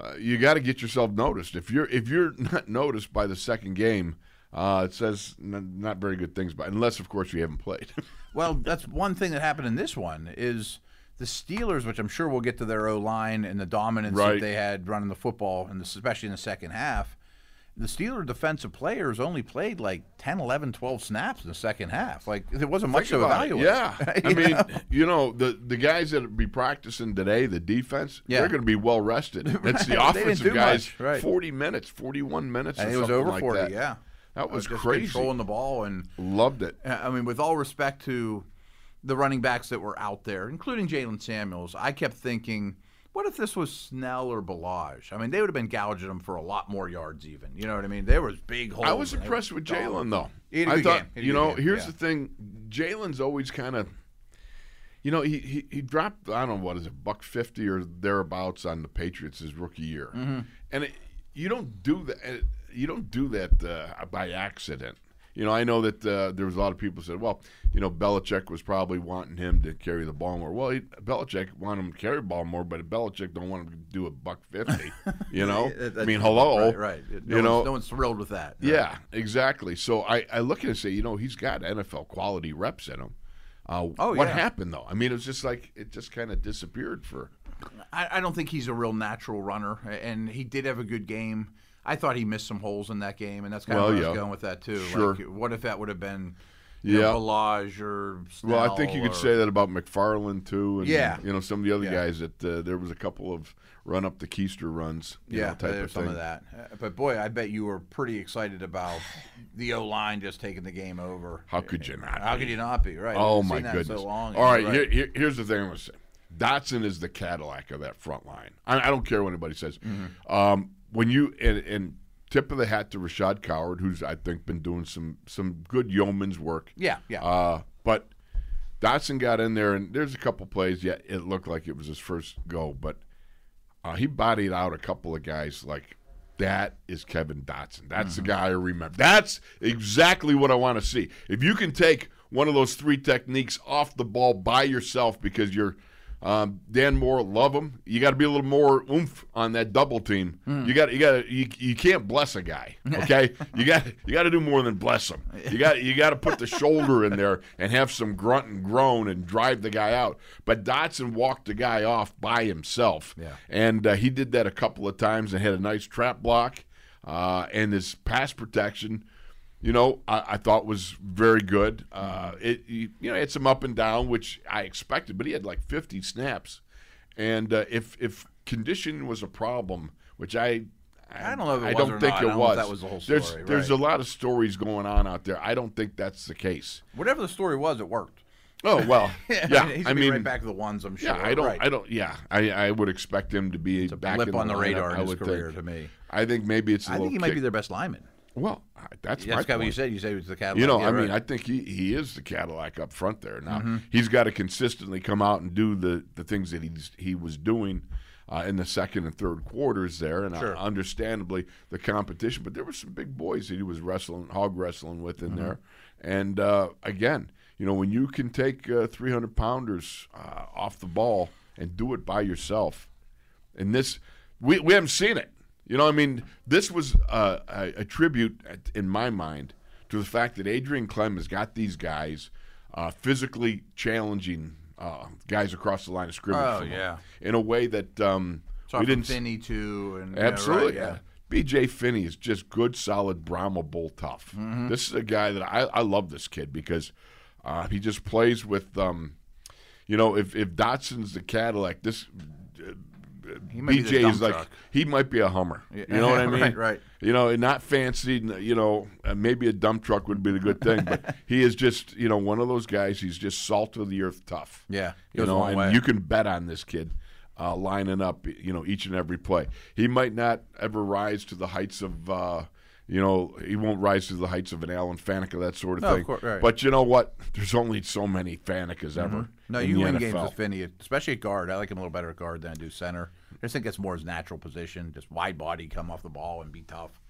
uh, you got to get yourself noticed. If you're if you're not noticed by the second game, uh, it says n- not very good things But unless of course you haven't played.
Well, that's one thing that happened in this one is the Steelers, which I'm sure we'll get to their O line and the dominance that
Right.
they had running the football, and especially in the second half. The Steeler defensive players only played like 10, 11, 12 snaps in the second half. Like there wasn't much to
about it.
evaluate.
Yeah, I
You
mean,
know?
you know, the the guys that be practicing today, the defense,
Yeah.
they're going to be well rested. That's the
Right. They didn't do
offensive guys,
much. Right.
forty minutes, forty one minutes,
and
or
it was
something
over
like
40,
that.
yeah.
that was
Just
crazy.
Controlling the ball and
Loved it.
Uh, I mean, with all respect to the running backs that were out there, including Jalen Samuels, I kept thinking, what if this was Snell or Balaj? I mean, they would have been gouging them for a lot more yards, even. You know what I mean? There was big holes.
I was
and they
impressed with Jalen though.
He had a
I
good
thought,
game. He had a
you
good
know,
game,
here's
yeah.
the thing: Jalen's always kind of, you know, he, he he dropped I don't know what is it, buck fifty or thereabouts on the Patriots his rookie year,
Mm-hmm.
and it, you don't do that. uh, You don't do that uh, by accident. You know, I know that uh, there was a lot of people said, well, you know, Belichick was probably wanting him to carry the ball more. Well, he, Belichick wanted him to carry the ball more, but Belichick don't want him to do a buck fifty. You know,
That-
I
that-
mean, hello,
Right, right. No
you
one's-
know,
no one's thrilled with that.
yeah, exactly. So I, I look at it and say, you know, he's got NFL quality reps in him. Uh,
Oh,
what
yeah.
happened though? I mean, it was just like it just kind of disappeared for.
Uh, I, I don't think he's a real natural runner, and he did have a good game. I thought he missed some holes in that game, and that's kind
Well,
of where I
yeah.
was going with that too.
Sure.
Like, what if that would have been, you
Yeah.
know, Balaj or Snell
Well, I think you could
or-
say that about McFarland too, and
Yeah.
you know some of the other
Yeah.
guys that uh, there was a couple of run up the keister runs, you know, type
there's
of
some
thing.
of that. Uh, But boy, I bet you were pretty excited about the O line just taking the game over.
How could you not?
How could you not be right?
Oh
We've
my
seen that in
goodness!
So long.
All right,
You're
Here, here- here's the thing I'm gonna say. Dotson is the Cadillac of that front line. I, I don't care what anybody says.
Mm-hmm.
Um, when you and, and tip of the hat to Rashad Coward, who's I think been doing some some good yeoman's work.
Yeah, yeah.
Uh, but Dotson got in there, and there's a couple plays. Yeah, it looked like it was his first go, but uh, he bodied out a couple of guys like. That is Kevin Dotson. That's the guy I remember. That's exactly what I want to see. If you can take one of those three techniques off the ball by yourself because you're um, Dan Moore, love him. You got to be a little more oomph on that double team. You got you got you, you can't bless a guy. Okay, you got you got to do more than bless him. You got you got to put the shoulder in there and have some grunt and groan and drive the guy out. But Dotson walked the guy off by himself.
Yeah.
And uh, he did that a couple of times and had a nice trap block. Uh, and his pass protection, you know, I, I thought was very good. Uh, it you you know it had some up and down, which I expected, but he had like 50 snaps. And uh, if if condition was a problem, which I
I don't know if it
I
was
don't
or
think
not.
it
I don't know if
was.
that was the whole
there's
story,
there's a
right.
lot of stories going on out there. I don't think that's the case.
right. Whatever the story was, it worked.
Oh well, yeah.
he's
I
gonna be
mean,
right back to the ones. I'm sure.
yeah, I don't.
Right.
I don't. Yeah, I, I would expect him to be back
blip
in the
on the
lineup,
radar
I
in his
would
career
think.
to me.
I think maybe it's. I
I think he might be their best lineman.
Well, I- that's, my
That's kind of what you
point.
said. You said he was the Cadillac. Mm-hmm.
You know,
Yeah,
I mean,
right.
I think he, he is the Cadillac up front there. Now he's got to consistently come out and do the, the things that he's he was doing uh, in the second and third quarters there, and uh,
Sure.
understandably the competition. But there were some big boys that he was wrestling, hog wrestling with in there,
Mm-hmm.
and uh, again, you know, when you can take uh, three hundred pounders uh, off the ball and do it by yourself, and this we, we haven't seen it you know i mean this was uh, a, a tribute at- in my mind to the fact that adrian clem has got these guys uh, physically challenging uh, guys across the line of scrimmage
Oh,
for them
yeah.
in a way that um,
Talk
we
to
didn't s-
Finney too, and yeah, right,
Absolutely.
yeah.
BJ Finney is just good, solid Brahma bull tough.
Mm-hmm.
This is a guy that I, I love this kid because uh, he just plays with, um, you know, if, if Dotson's the Cadillac, this uh,
might be the
BJ
dump
is like,
truck.
he might be a Hummer. You know what I mean?
Right, right.
You know, and not fancy, n- you know, uh, maybe a dump truck would be the good thing, but he is just, you know, one of those guys, he's just salt of the earth tough
Yeah,
you
goes a
know,
long
and
way.
you can bet on this kid uh, lining up, you know, each and every play. He might not ever rise to the heights of, uh, you know, he won't rise to the heights of an Alan Faneca, that sort of
No, of
thing.
course, right. Mm-hmm.
But you know what? There's only so many Fanecas ever.
No,
in
you
the
win
NFL.
games with Finney, especially at guard. I like him a little better at guard than I do center. I just think that's more his natural position, just wide body, come off the ball and be tough.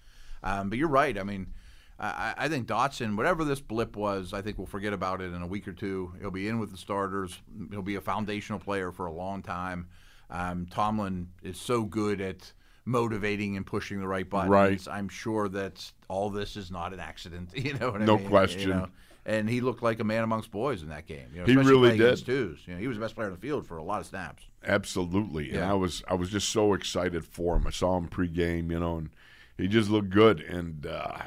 Um, but you're right. I mean, I, I I think Dotson, whatever this blip was, I think we'll forget about it in a week or two. He'll be in with the starters. He'll be a foundational player for a long time. Um, Tomlin is so good at motivating and pushing the right buttons.
Right.
I'm sure that all this is not an accident. You know what I
No
mean?
question.
You know? And he looked like a man amongst boys in that game. You know,
He
especially
really
playing
did.
against Twos. You know, he was the best player on the field for a lot of snaps.
Absolutely, and
Yeah.
I was I was just so excited for him. I saw him pregame, you know, and he just looked good. And uh,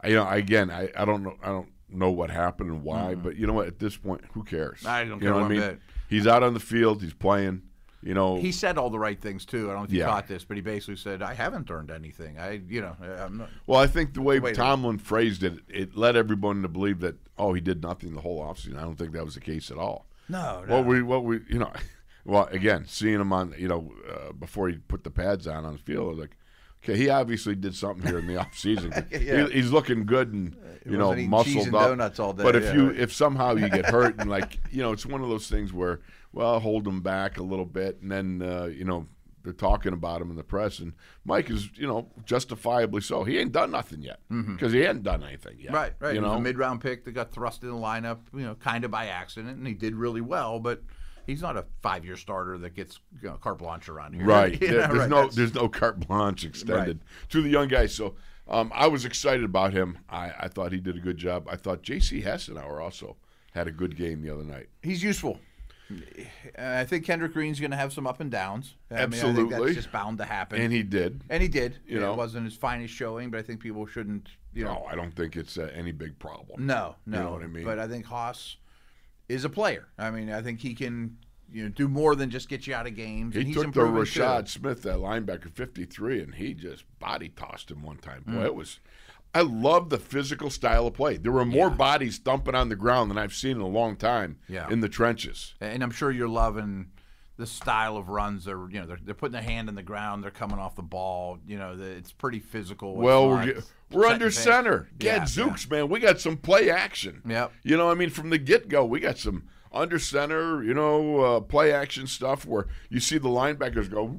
I, you know, again, I, I don't know I don't know what happened and why, but you know what? At this point, who cares?
Mm-hmm. I don't
you
care
know what
one
I mean?
bit.
He's out on the field. He's playing. You know,
He said all the right things too. I don't know if you
Oh. Yeah.
caught this, but he basically said, "I haven't earned anything. I, you know, I'm not."
Well, I think the way
Wait.
Tomlin phrased it, it led everyone to believe that oh, he did nothing the whole offseason. I don't think that was the case at all.
No,
What we, what we, you know, well, again, seeing him on, you know, uh, before he put the pads on on the field, I was like, okay, he obviously did something here in the offseason.
Yeah.
he, he's looking good and
He
you know
wasn't eating
muscled
cheese and
up.
donuts all day,
But if
yeah,
you
right.
if somehow you get hurt and like you know, it's one of those things where well, hold him back a little bit, and then uh, you know they're talking about him in the press, and Mike is you know justifiably so. He ain't done nothing yet because he hadn't done anything yet.
Mm-hmm. Right, right.
You
He was
know,
a mid-round pick that got thrust in the lineup, you know, kind of by accident, and he did really well. But he's not a five-year starter that gets you know, carte blanche around here.
Right.
You
There-
know,
there's
right,
no
that's-
there's no carte blanche extended to the young guys. So um, I was excited about him. I, I thought he did a good job. I thought J.C. Hassenauer also had a good game the other night.
he's useful. And I think Kendrick Green's going to have some up and downs. I mean, I think
Absolutely.
that's just bound to happen.
And he did.
and he did.
You
You know,
know.
it wasn't his finest showing, but I think people shouldn't, you know,
No, I don't think it's uh, any big problem.
No, no.
what I mean?
But I think Haas is a player. I mean, I think he can you know do more than just get you out of games.
He
and he's
took the
improving
Rashad
Too.
Smith, that linebacker, 53, and he just body tossed him one time. Boy,
Mm.
it was. I love the physical style of play. There were more bodies thumping on the ground than I've seen in a long time
Yeah.
in the trenches.
And I'm sure you're loving the style of runs. They're you know they're, they're putting their hand in the ground. They're coming off the ball. You know the, it's pretty physical. It's
Well, we're,
not
get-
set
we're
and
under
finish.
center.
Yeah,
Gadzooks, man, we got some play action.
Yep.
You know, I mean, from the get go, we got some under center, you know, uh, play action stuff where you see the linebackers go,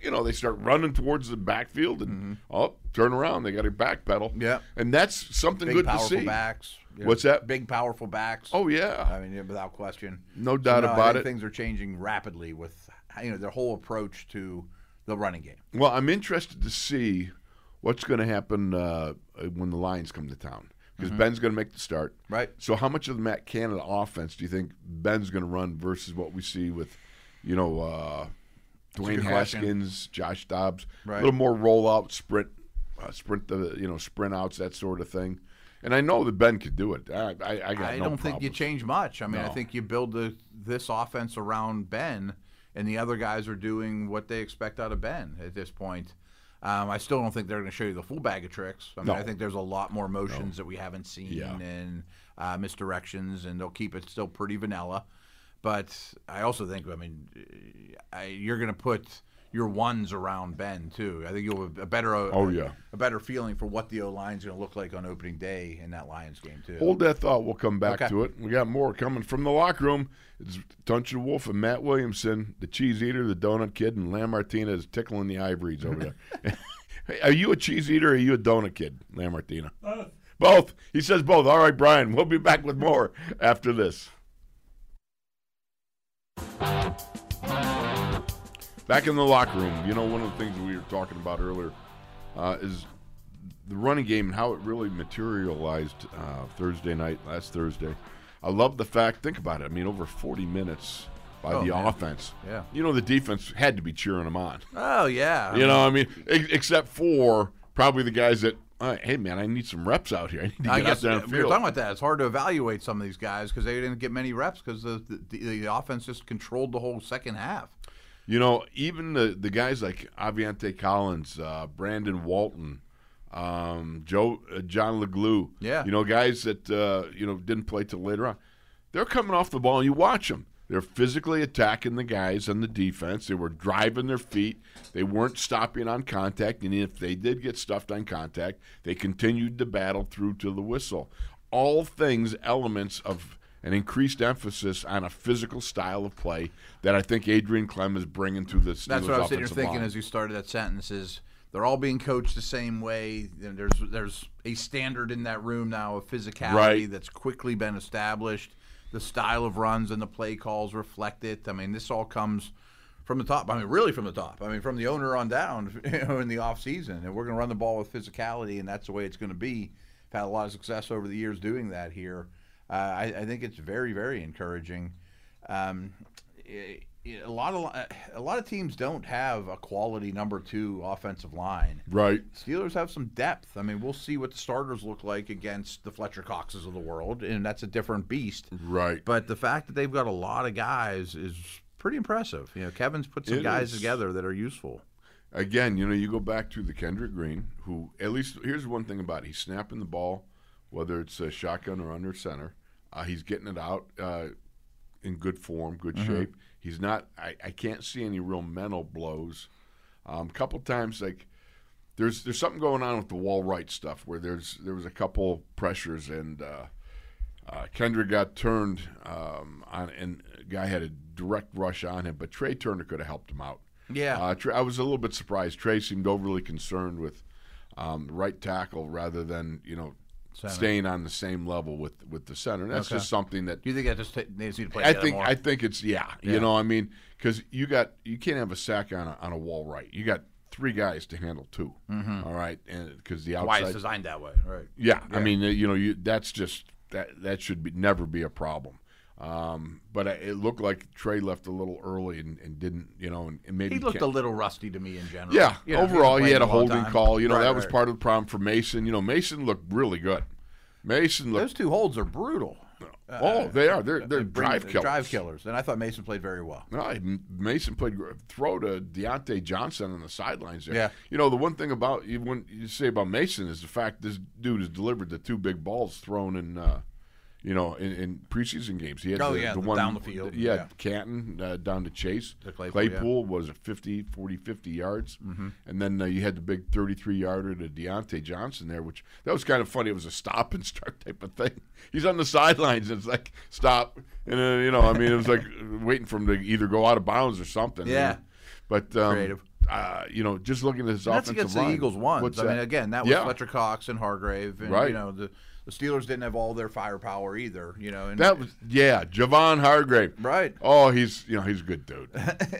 you know, they start running towards the backfield and oh, turn around, they got a backpedal.
Mm-hmm. Yep.
and that's something
Big
good to
powerful
see.
backs. you
Wit's that?
Big powerful backs.
Oh yeah,
I mean, yeah, without question.
No doubt
I
about
think
it.
Things are changing rapidly with you know their whole approach to the running game.
Well, I'm interested to see what's going to happen uh, when the Lions come to town because Ben's going to make the start.
Mm-hmm. Right.
So, how much of the Matt Canada offense do you think Ben's going to run versus what we see with, you know, uh, Dwayne
good question.
Haskins, Josh Dobbs?
Right.
A little more rollout, sprint, uh, sprint the you know sprint outs that sort of thing. And I know that Ben could do it. I, I, I got
I
no
don't think you
problems.
change much. I mean, I
No.
think you build the, this offense around Ben, and the other guys are doing what they expect out of Ben at this point. Um, I still don't think they're going to show you the full bag of tricks. I mean,
No.
I think there's a lot more motions that we haven't seen and uh, misdirections, and they'll keep it still pretty vanilla. But I also think, I mean, I, you're going to put your ones around Ben too. I think you'll have a better uh,
Oh, yeah.
a better feeling for what the O line's going to look like on opening day in that Lions game too.
Hold that thought. We'll come back
Okay.
to it. We got more coming from the locker room. It's Dungeon Wolf and Matt Williamson, the cheese eater, the donut kid, and Lam Martina is tickling the ivories over there. Hey, are you a cheese eater or are you a donut kid, Lam Martina? Both. Both. He says both. All right, Brian. We'll be back with more after this. Back in the locker room, you know, one of the things we were talking about earlier uh, is the running game and how it really materialized uh, Thursday night, last Thursday. I love the fact. Think about it. I mean, over 40 minutes by
Oh,
the
man.
offense.
Yeah.
You know, the defense had to be cheering them on.
Oh yeah,
You know, I mean, ex- except for probably the guys that, uh, hey man, I need some reps out here. I need to get
I
out
guess
there on the
we were
field.
talking about that. It's hard to evaluate some of these guys because they didn't get many reps because the, the the offense just controlled the whole second half.
You know, even the the guys like Aviante Collins, uh, Brandon Walton, um, Joe uh, John LeGlue.
Yeah.
You know, guys that uh, you know didn't play till later on. They're coming off the ball. and You watch them. They're physically attacking the guys on the defense. They were driving their feet. They weren't stopping on contact. And if they did get stuffed on contact, they continued the battle through to the whistle. All things elements of an increased emphasis on a physical style of play that I think Adrian Clem is bringing to this.
That's
Steelers
what I was sitting here
offensive
thinking
line.
as you started that sentence. Is They're all being coached the same way. Then There's there's a standard in that room now of physicality
Right.
that's quickly been established. The style of runs and the play calls reflect it. I mean, this all comes from the top. I mean, really from the top. I mean, from the owner on down you know, in the off season. And we're going to run the ball with physicality, and that's the way it's going to be. I've had a lot of success over the years doing that here. Uh, I, I think it's very, very encouraging. Um, i- i- a lot of a lot of teams don't have a quality number two offensive line.
Right.
Steelers have some depth. I mean, we'll see what the starters look like against the Fletcher Coxes of the world, and that's a different beast.
Right.
But the fact that they've got a lot of guys is pretty impressive. You know, Kevin's put some
It
guys
is.
together that are useful.
again, you know, you go back to the Kendrick Green, who at least here's one thing about it. he's snapping the ball, whether it's a shotgun or under center. Uh, he's getting it out uh, in good form, good shape. He's not. I, I can't see any real mental blows. A um, couple times, like there's there's something going on with the wall right stuff where there's there was a couple pressures and uh, uh, Kendra got turned um, on and a guy had a direct rush on him, but Trey Turner could have helped him out.
Yeah.
Uh, Trey, I was a little bit surprised. Trey seemed overly concerned with um, right tackle rather than you know staying on the same level with with the center. And that's
Okay.
just something that
Do you think that just t- they just need to play?
I
together
think
more?
I think it's yeah. You know, I mean, because you got you can't have a sack on a, on a wall right. You got three guys to handle 2
Mm-hmm.
All right, and because the outside.
why it's designed that way, right?
Yeah, I mean, uh, you know, you that's just that that should be never be a problem. Um, but I- it looked like Trey left a little early and, and didn't, you know, and, and maybe
He looked
can't-
a little rusty to me in general.
yeah.
You know,
overall,
hasn't
he had
played
a
in long
holding
time.
call. You know,
Right,
that was
right.
part of the problem for Mason. You know, Mason looked really good. Mason looked.
Those two holds are brutal. uh,
oh, they are. They're they're
They bring-
drive
they're
killers.
Drive killers. And I thought Mason played very well.
No, I- Mason played gr- throw to Deontay Johnson on the sidelines there.
Yeah.
You know, the one thing about you when you say about Mason is the fact this dude has delivered the two big balls thrown in uh, you know, in, in preseason games. He had
Oh,
the,
yeah,
the
the
one
down the field,
Yeah,
yeah.
Canton uh, down to Chase.
To Claypool,
was it 50, 40, 50 yards. Mm-hmm. And then uh, you had the big 33 yarder to Deontay Johnson there, which that was kind of funny. It was a stop and start type of thing. He's on the sidelines. And it's like, stop. And, uh, you know, I mean, it was like waiting for him to either go out of bounds or something.
Yeah.
But, um,
Creative.
Uh, you know, just looking at his
And that's
offensive
against
line,
the Eagles ones.
what's
I mean, again, that was
Yeah.
Fletcher Cox and Hargrave, and
Right.
you know the, the Steelers didn't have all their firepower either. You know, and
That was yeah, Javon Hargrave.
Right.
Oh, he's you know he's a good dude.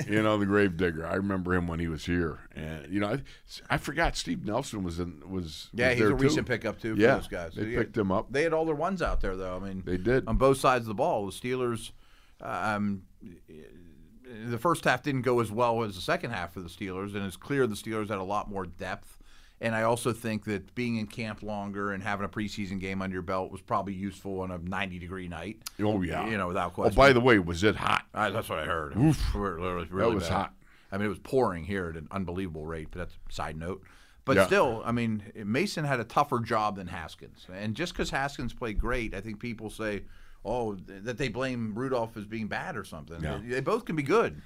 you know the grave digger. I remember him when he was here, and you know I, I forgot Steve Nelson was in was
yeah,
was
he's
there
a recent
too.
pickup too for
Yeah,
those guys.
they
Yeah.
picked him up.
They had all their ones out there though. I mean,
They did.
on both sides of the ball. The Steelers, um, the first half didn't go as well as the second half for the Steelers, and it's clear the Steelers had a lot more depth. And I also think that being in camp longer and having a preseason game under your belt was probably useful on a 90 degree night.
Oh yeah,
You know, without
Oh,
question.
by the way, was it hot?
I, that's what I heard. It was really,
That was
bad.
hot.
I mean, it was pouring here at an unbelievable rate, but that's a side note. But
Yeah.
still, I mean, Mason had a tougher job than Haskins. And just because Haskins played great, I think people say, oh, th- that they blame Rudolph as being bad or something.
Yeah.
They, they both can be good.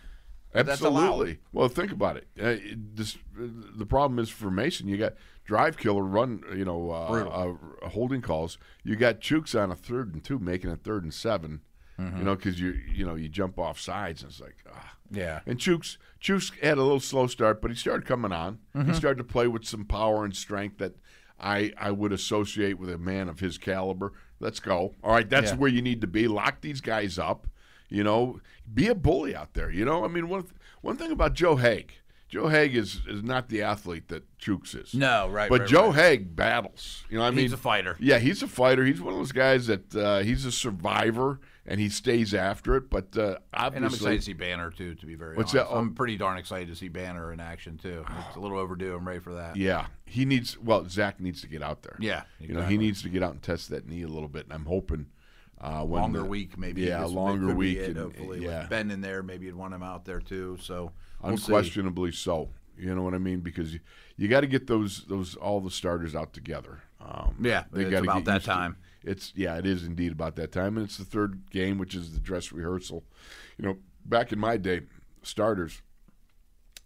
But that's
Absolutely. Well, think about it. Uh, it- this, uh, the problem is for Mason. You got drive killer run. You know, uh, uh, holding calls. You got Chooks on a third and two, making a third and 7
Mm-hmm.
You know, because you you know you jump off sides and it's like ah.
Yeah.
And Chooks Chooks had a little slow start, but he started coming on.
Mm-hmm.
He started to play with some power and strength that I I would associate with a man of his caliber. Let's go. All right, that's
Yeah.
where you need to be. Lock these guys up. You know, be a bully out there. You know, I mean, one one thing about Joe Haig. Joe Haig is, is not the athlete that Chooks is.
No, right,
But
right,
Joe
right.
Haig battles. You know, what I mean,
a fighter.
Yeah, he's a fighter. He's one of those guys that uh, he's a survivor and he stays after it. But uh, obviously,
And I'm excited to see Banner, too, to be very
What's
honest.
that? Oh.
I'm pretty darn excited to see Banner in action, too. It's a little overdue. I'm ready for that.
Yeah, he needs. Well, Zach needs to get out there.
Yeah,
you know he needs to get out and test that knee a little bit. And I'm hoping uh, when
longer
the-
week maybe.
Yeah,
This would-
longer
could be
week.
it,
and, uh,
hopefully,
yeah,
with Ben in there, maybe you'd want him out there too. So we'll see.
unquestionably so. You know what I mean? Because you, you got to get those those all the starters out together. Um,
Yeah, it's
gotta
about
get
that
used to-
time.
it's yeah, it is indeed about that time, and it's the third game, which is the dress rehearsal. You know, back in my day, starters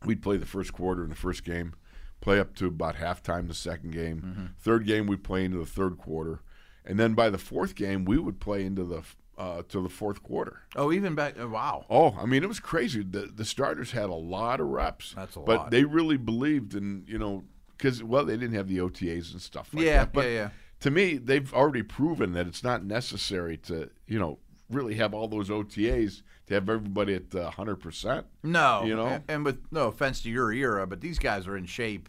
we'd play the first quarter in the first game, play up to about halftime the second game.
Mm-hmm.
Third game, we'd play into the third quarter. And then by the fourth game, we would play into the f- uh, to the fourth quarter.
Oh, even back. oh, wow.
Oh, I mean, it was crazy. The the starters had a lot of reps.
That's a
but
lot.
they really believed in you know because well they didn't have the OTAs and stuff like
Yeah,
that. But
yeah, yeah.
To me, they've already proven that it's not necessary to you know really have all those OTAs to have everybody at hundred percent.
No,
You know?
a- and with no offense to your era, but these guys are in shape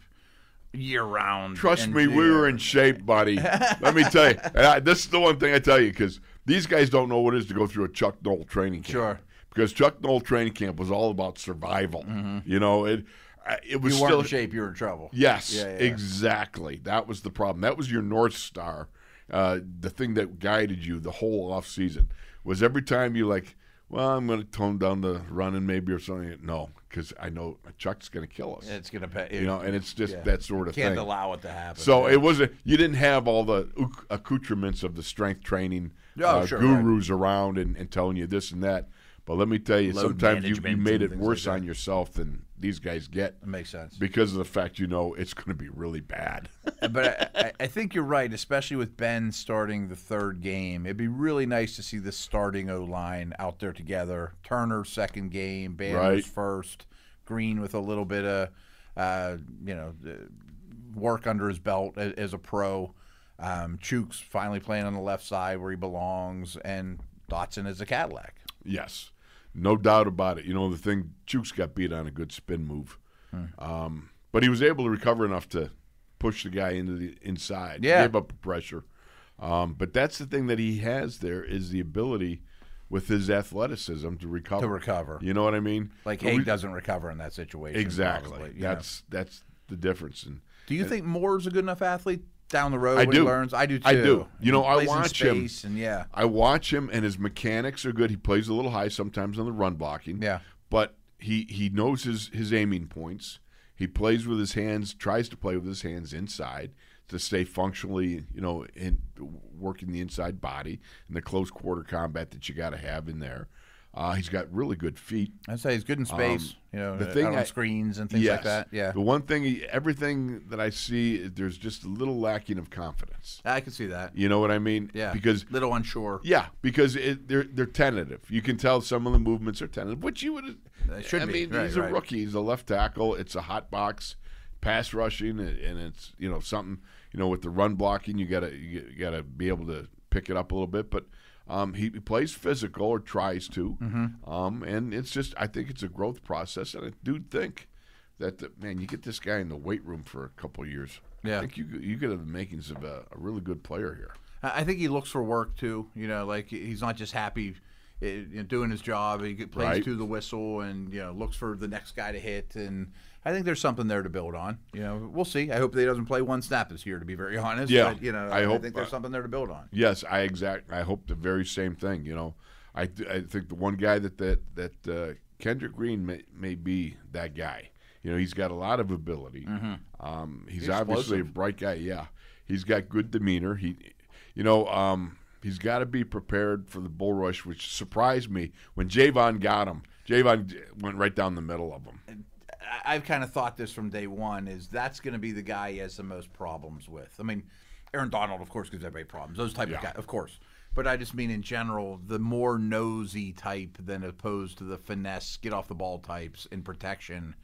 year round.
Trust
and-
me, we
yeah.
were in shape, buddy. Let me tell you. And I, this is the one thing I tell you because these guys don't know what it is to go through a Chuck Knoll training camp.
Sure.
Because Chuck Knoll training camp was all about survival. You know, it I- it was
Mm-hmm. You weren't
still
in shape. You were in trouble.
Yes,
Yeah, yeah, yeah.
exactly. That was the problem. That was your north star, uh, the thing that guided you the whole off season. Was every time you like, well, I'm going to tone down the running maybe or something. No, because I know Chuck's going to kill us.
It's gonna pay.
you know, and it's just that sort of
can't
thing.
allow it to happen.
So it wasn't. You didn't have all the acc- accoutrements of the strength training
Oh,
uh,
sure, right.
gurus around and, and telling you this and that. But let me tell you,
Load
sometimes you, you
management
made
and
it
things
worse
like that.
on yourself than these guys get
That makes sense.
because of the fact you know it's going to be really bad.
but I, I- I think you're right, especially with Ben starting the third game. It'd be really nice to see the starting O line out there together. Turner second game, Banners
Right.
first, Green with a little bit of uh, you know uh, work under his belt as, as a pro. Um, Chooks finally playing on the left side where he belongs, and Dotson is a Cadillac.
yes, no doubt about it. You know the thing. Chooks got beat on a good spin move,
Hmm.
um, but he was able to recover enough to push the guy into the inside.
Yeah.
give up pressure. Um, but that's the thing that he has there is the ability with his athleticism to recover.
To recover.
You know what I mean?
Like
But
Haig
we-
doesn't recover in that situation.
exactly.
probably, you know.
that's that's the difference. And
Do you think Moore's a good enough athlete down the road
I
when
do.
he learns? I do too.
I do. You know,
He
I
plays in
watch him.
space And yeah,
I watch him, and his mechanics are good. He plays a little high sometimes on the run blocking.
Yeah.
but he he knows his his aiming points. He plays with his hands, tries to play with his hands inside to stay functionally, you know, in working the inside body and the close quarter combat that you got to have in there. Uh, he's got really good feet.
I'd say he's good in space. you know,
Um, the
out
thing
on
I-
screens and things
yes.
like that. Yeah,
The one thing, he- everything that I see, there's just a little lacking of confidence.
I can see that.
You know what I mean?
Yeah,
Because
little unsure.
yeah, because it, they're they're tentative. You can tell some of the movements are tentative, which you would.
They should
I
be.
mean,
Right,
he's a
right.
rookie. He's a left tackle. It's a hot box, pass rushing, and and it's you know something you know with the run blocking. You gotta you gotta be able to pick it up a little bit, but. Um, he plays physical or tries to,
Mm-hmm.
um, and it's just I think it's a growth process, and I do think that the, man, you get this guy in the weight room for a couple of years.
Yeah.
I think you you could have the makings of a, a really good player here.
I I think he looks for work too. You know, like he- he's not just happy uh, you know, doing his job. He plays
Right.
to the whistle and you know looks for the next guy to hit. And I think there's something there to build on. You know, we'll see. I hope that he doesn't play one snap this year. To be very honest,
Yeah,
But, you know,
I
I,
hope-
think there's something there to build on.
Yes, I exact. I hope the very same thing. You know, I, th- I think the one guy that that that uh, Kendrick Green may, may be that guy. You know, he's got a lot of ability. Um, he's obviously a bright guy. Yeah, he's got good demeanor. He, you know, um, he's got to be prepared for the bull rush, which surprised me when Javon got him. Javon j- went right down the middle of him.
I- I've kind of thought this from day one is that's going to be the guy he has the most problems with. I mean, Aaron Donald, of course, gives everybody problems. Those type of guys, of course. But I just mean in general, the more nosy type than opposed to the finesse, get off the ball types in protection.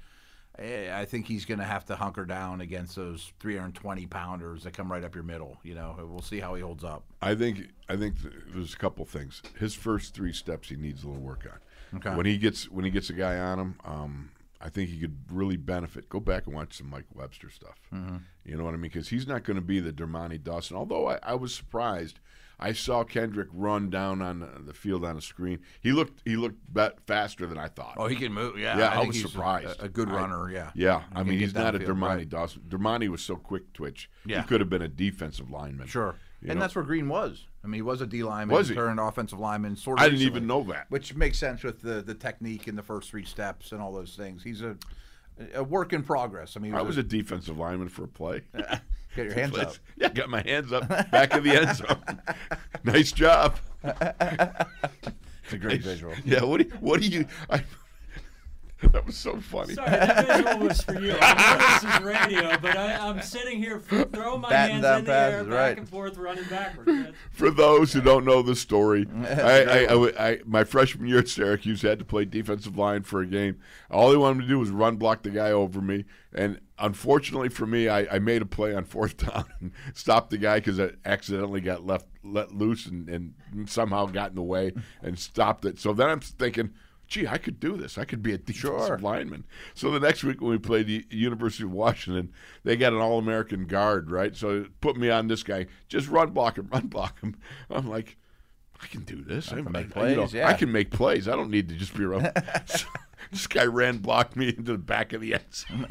Eh, I think he's going to have to hunker down against those 320 pounders that come right up your middle. You know, we'll see how he holds up.
I think I think th- there's a couple things. His first three steps he needs a little work on.
Okay.
When he gets when he gets a guy on him, um, I think he could really benefit. Go back and watch some Mike Webster stuff.
Mm-hmm.
You know what I mean? Because he's not going to be the Dermani Dawson. Although I, I was surprised, I saw Kendrick run down on the- the field on a screen. He looked he looked bet faster than I thought.
Oh, he can move. Yeah,
Yeah, I
think
was
he's a-
surprised.
A, good
I-
runner. yeah.
yeah, I mean
get
he's not a
downfield,
Dermani
right.
Dawson. Dermani was so quick twitch.
Yeah.
He could have been a defensive lineman.
Sure.
You
and
know?
that's where Green was. I mean, he was a D lineman,
Was he?
turned offensive lineman. Sort of
I didn't
recently,
even know that.
Which makes sense with the the technique and the first three steps and all those things. He's a a work in progress. I mean, he
I was a defensive lineman for a play.
get your hands up.
Let's- Yeah, got my hands up back of the end zone. nice job.
It's a great visual.
Yeah, what do you, what do you I, That was so funny.
Sorry, that visual was for you. I know this is radio, but I, I'm sitting here f- throwing my
Batting
hands
down
in the air,
passes,
back
right.
and forth, running backwards. That's-
For those who don't know the story, I, I, I, I- my freshman year at Syracuse had to play defensive line for a game. All they wanted me to do was run block the guy over me, and unfortunately for me, I, I made a play on fourth down and stopped the guy because I accidentally got left let loose and, and somehow got in the way and stopped it. So then I'm thinking. Gee, I could do this. I could be a defensive
Sure.
lineman. So the next week when we played the University of Washington, they got an All American guard, right? So it put me on this guy. Just run block him, run block him. I'm like, I can do this. I, make
plays,
you know,
yeah.
I can make plays. I don't need to just be around. So this guy ran blocked me into the back of the end zone.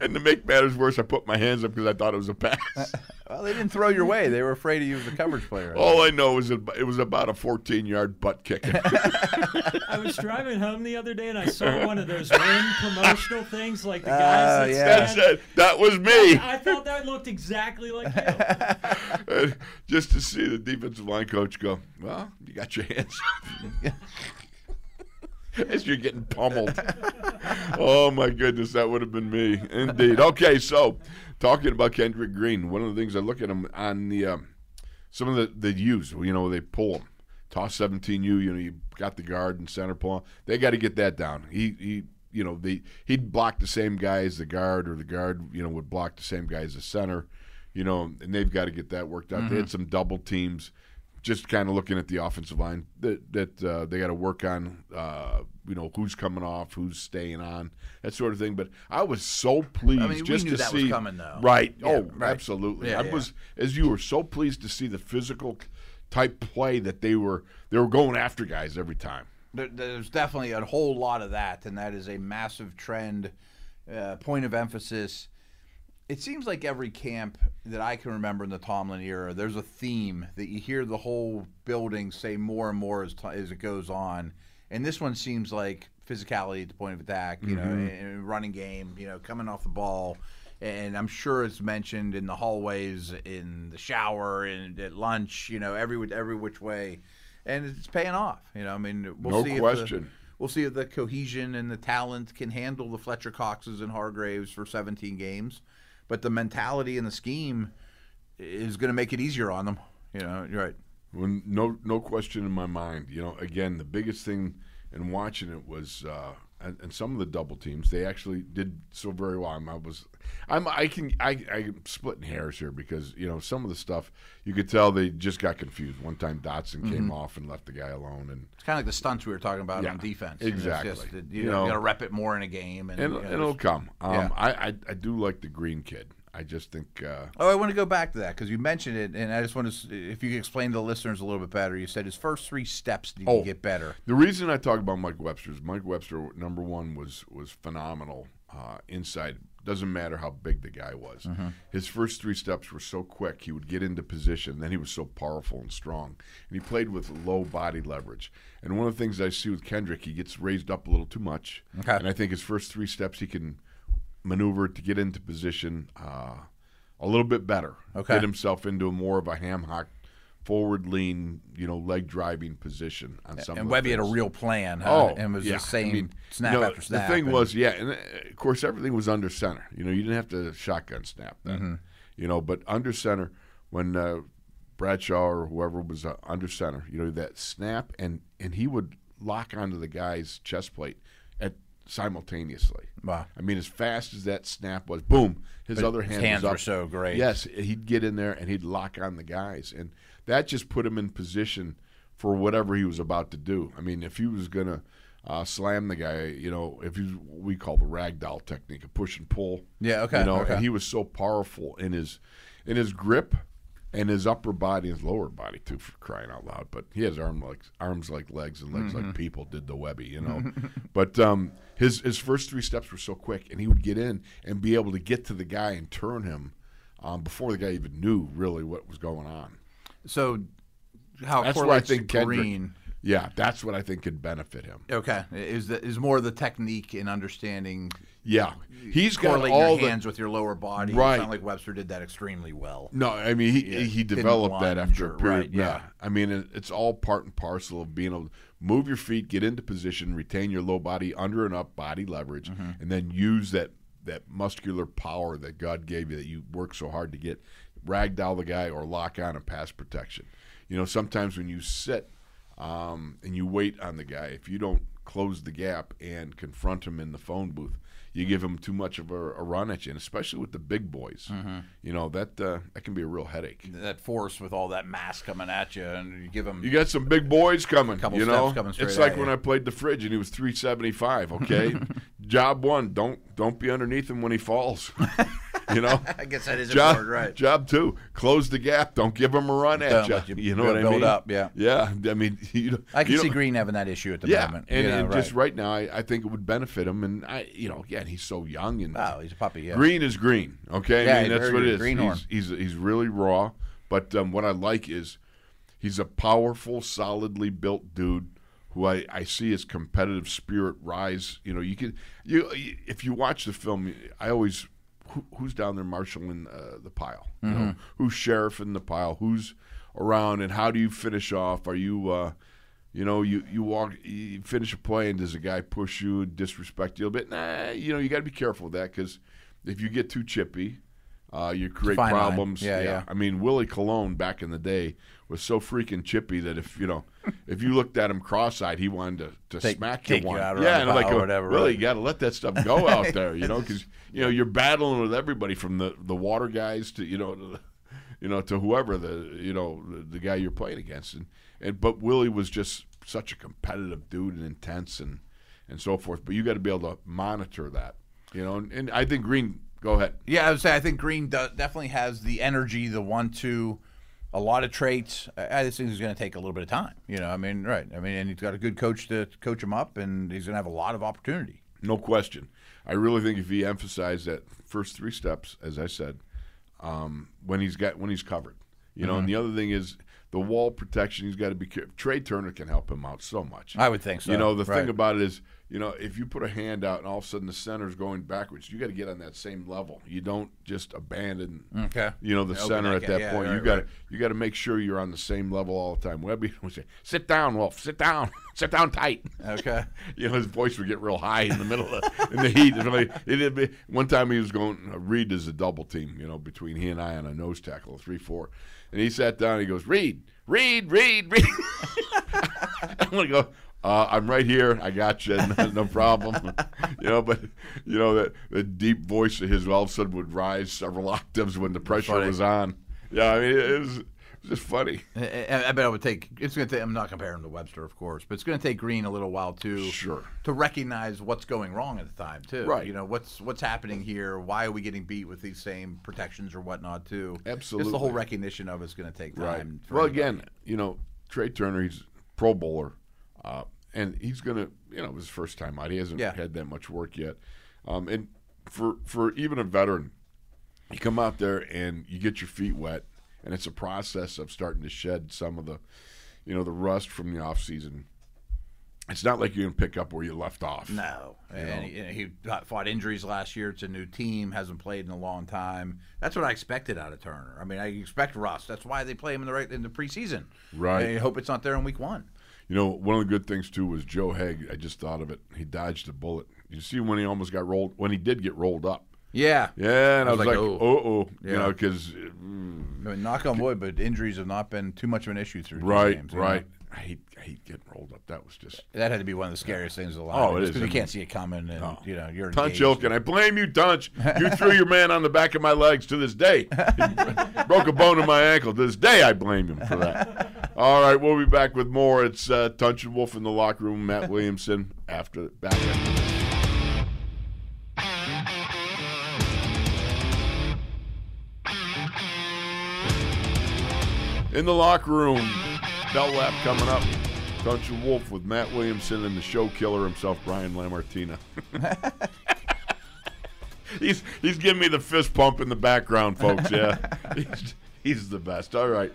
and to make matters worse, I put my hands up because I thought it was a pass.
Well, they didn't throw your way. They were afraid of you as a coverage player.
All I know is it, it was about a 14 yard butt kick.
I was driving home the other day and I saw one of those ring promotional things, like the
Oh,
guys. that
yeah.
That's
stand-
it. That was me.
I thought that looked exactly like you.
And just to see the defensive line coach go, well, you got your hands up. As you're getting pummeled. oh, my goodness, that would have been me. Indeed. Okay, so talking about Kendrick Green, one of the things I look at him on the um, some of the, the U's, you know, they pull him. Toss 17U, you know, you got the guard and center pull. They got to get that down. He, he you know, the, he'd block the same guy as the guard, or the guard, you know, would block the same guy as the center you know, and they've got to get that worked out. They
Mm-hmm.
had some double teams. Just kind of looking at the offensive line that that uh, they got to work on. Uh, you know, who's coming off, who's staying on, that sort of thing. But I was so pleased
I mean, we
just
knew
to
that
see
was coming, though.
Right?
Yeah,
oh,
right.
absolutely.
Yeah,
I
yeah.
was as you were so pleased to see the physical type play that they were they were going after guys every time.
There, there's definitely a whole lot of that, and that is a massive trend, uh, point of emphasis. It seems like every camp that I can remember in the Tomlin era, there's a theme that you hear the whole building say more and more as, t- as it goes on. And this one seems like physicality at the point of attack, you know, and,
Mm-hmm.
and running game, you know, coming off the ball. And I'm sure it's mentioned in the hallways, in the shower, and at lunch, you know, every every which way. And it's paying off, you know. I mean, we'll
No
see if the-
question.
We'll see if the cohesion and the talent can handle the Fletcher Coxes and Hargraves for 17 games, but the mentality and the scheme is going to make it easier on them. You know, you're right.
When, no, no question in my mind. You know, again, the biggest thing in watching it was, uh, and, and some of the double teams, they actually did so very well. I'm, I was, I'm, I can, I, I'm splitting hairs here because you know some of the stuff you could tell they just got confused. One time Dotson
Mm-hmm.
came off and left the guy alone, and
It's kind of like the stunts we were talking about
Yeah,
on defense.
exactly.
It's just, that,
You
you
know,
got to rep it more in a game. And,
and,
you know,
it'll come. Um,
Yeah.
I, I, I do like the green kid. I just think. Uh,
Oh, I want to go back to that because you mentioned it, and I just want to, if you could explain to the listeners a little bit better. You said his first three steps need
Oh.
to get better.
The reason I talk about Mike Webster is Mike Webster, number one, was was phenomenal uh, inside. Doesn't matter how big the guy was.
Mm-hmm.
His first three steps were so quick. He would get into position. Then he was so powerful and strong. And he played with low body leverage. And one of the things I see with Kendrick, he gets raised up a little too much.
Okay.
And I think his first three steps, he can maneuver to get into position uh, a little bit better.
Okay.
Get himself into a more of a ham hock, forward lean, you know, leg driving position on some.
And
of the
Webby had a
things.
real plan, huh?
Oh,
and was
yeah.
the same
I mean,
snap
no,
after snap.
The thing
and-
was, yeah, and uh, of course everything was under center. You know, you didn't have to shotgun snap then.
Mm-hmm.
You know, but under center when uh, Bradshaw or whoever was uh, under center, you know that snap and and he would lock onto the guy's chest plate at simultaneously.
Wow.
I mean, as fast as that snap was, boom, his other
his
hand
hands
was
were
up.
so great.
Yes, he'd get in there and he'd lock on the guys, and that just put him in position for whatever he was about to do. I mean, if he was gonna uh, slam the guy, you know, if he's what we call the ragdoll technique, a push and pull.
Yeah, okay,
You know,
okay.
and he was so powerful in his in his grip. And his upper body, his lower body too, for crying out loud. But he has arm like arms like legs and legs like people did the Webby, you know. but um, his his first three steps were so quick, and he would get in and be able to get to the guy and turn him um, before the guy even knew really what was going on.
so how it
That's where I
correlates to
think Kendrick,
Green.
yeah, that's what I think could benefit him.
Okay, is the, is more the technique in understanding
Yeah, he's got
correlating
all
your
the
hands with your lower body.
Right.
It's not like Webster did that extremely well.
No, I mean he he developed that
lunge
after
or-
a period.
right,
yeah.
yeah.
I mean it, it's all part and parcel of being able. Move your feet, get into position, retain your low body under and up body leverage, and then use that that muscular power that God gave you that you work so hard to get. Ragdoll the guy or lock on and pass protection. You know, sometimes when you sit um, and you wait on the guy, if you don't close the gap and confront him in the phone booth, you give him too much of a, a run at you, and especially with the big boys.
Mm-hmm.
You know that uh, that can be a real headache.
that force with all that mass coming at you, and you give them.
You got some big boys coming.
Couple
you
steps
know,
coming straight
it's
at
like
you.
when I played the fridge and he was three seventy five. Okay, job one: don't don't be underneath him when he falls. you know,
I guess that is
job
important, right?
job two: close the gap. Don't give him a run
Don't
at
let
you.
you
You know what I
build
mean?
up, yeah.
yeah. I mean, you don't-
I can
you
see
don't-
Green having that issue at the
Yeah,
moment.
and,
you know,
and just
right.
right now, I, I think it would benefit him. And I, you know, again, he's so young and
Oh, he's a puppy. Yeah.
Green is green. Okay,
Yeah,
I mean,
he's
that's
very
what it
good.
is.
Greenhorn.
He's, he's he's really raw, but um, what I like is he's a powerful, solidly built dude who I, I see his competitive spirit rise. You know, you can you if you watch the film, I always who, who's down there marshaling uh, the pile, you know, who's sheriff in the pile, who's around, and how do you finish off? Are you uh, you know, you, you walk, you finish a play, and does a guy push you, disrespect you a bit? Nah, you know, you got to be careful with that because if you get too chippy, uh, you create
Fine line.
problems.
Yeah, yeah.
I mean, Willie Colon back in the day was so freaking chippy that if you know, if you looked at him cross-eyed, he wanted to, to
Take-
smack
take you
one.
out around
yeah,
the
and I'm like
pile or whatever,
Willie,
right.
you got to let that stuff go out there, you know, because you know you're battling with everybody from the the water guys to you know. to- you know, to whoever the you know the, the guy you're playing against, and, and but Willie was just such a competitive dude and intense and and so forth. But you got to be able to monitor that, you know. And, and I think Green, go ahead.
Yeah, I would say I think Green do- definitely has the energy, the one-two, a lot of traits. I, I just think he's going to take a little bit of time. You know, I mean, right? I mean, and he's got a good coach to coach him up, and he's going to have a lot of opportunity.
No question. I really think if he emphasized that first three steps, as I said, um, when he's got when he's covered, you
Mm-hmm.
know. And the other thing is the wall protection. He's got to be careful. Trey Turner can help him out so much.
I would think so,
You know, the
right.
thing about it is, you know, if you put a hand out and all of a sudden the center's going backwards, you got to get on that same level. You don't just abandon.
Okay.
You know the
Open
center
that
at
gap.
that
Yeah,
point. you
right,
got
right.
to you got to make sure you're on the same level all the time. Webby would say, "Sit down, Wolf. Sit down. sit down tight."
Okay.
you know, his voice would get real high in the middle of in the heat. It's really- it'd be- one time he was going, uh, Reed is a double team, you know, between he and I on a nose tackle, a 3 4. And he sat down and he goes, Reed, Reed, Reed, Reed. I'm going to go, uh, I'm right here. I got you. No, no problem. you know, but, you know, that the deep voice of his all of a sudden would rise several octaves when the pressure
Funny.
was on. Yeah, I mean, it was, it was just funny.
I, I- I bet it would take. It's going to. take I'm not comparing him to Webster, of course, but it's going to take Green a little while to
Sure.
to recognize what's going wrong at the time too.
Right.
You know what's what's happening here. Why are we getting beat with these same protections or whatnot too? Just the
Absolutely.
whole recognition of it's going to take time. for
Well,
anybody.
again, you know, Trey Turner, he's Pro Bowler, uh, and he's gonna, you know, it was his first time out. He hasn't
Yeah.
had that much work yet, um, and for for even a veteran, you come out there and you get your feet wet, and it's a process of starting to shed some of the, you know, the rust from the off season. It's not like you can pick up where you left off.
No, and he, and he got- fought injuries last year. It's a new team, hasn't played in a long time. That's what I expected out of Turner. I mean, I expect rust. That's why they play him in the right in the preseason.
Right.
And you hope it's not there in week one.
You know, one of the good things too was Joe Haig. I just thought of it. He dodged a bullet. You see when he almost got rolled. When he did get rolled up.
Yeah.
Yeah, and I was, like,
"Oh."
oh, oh, you
Yeah.
know, because
I mean, knock on wood, but injuries have not been too much of an issue through these
right,
games, you know?
right. I hate, I hate getting rolled up. That was just
That had to be one of the scariest things of the
Oh, it
just
is.
'cause
I
you can't
mean-
see it coming, and you know you're
Tunch
engaged.
Ilkin. I blame you, Tunch. You threw your man on the back of my legs to this day. Broke a bone in my ankle. To this day, I blame him for that. All right, we'll be back with more. It's uh, Tunch and Wolf in the locker room. Matt Williamson after back. after- In the locker room, bell lap coming up. Tunch and Wolf with Matt Williamson and the show killer himself, Brian Lamartina. he's he's giving me the fist pump in the background, folks. Yeah, he's, he's the best. All right,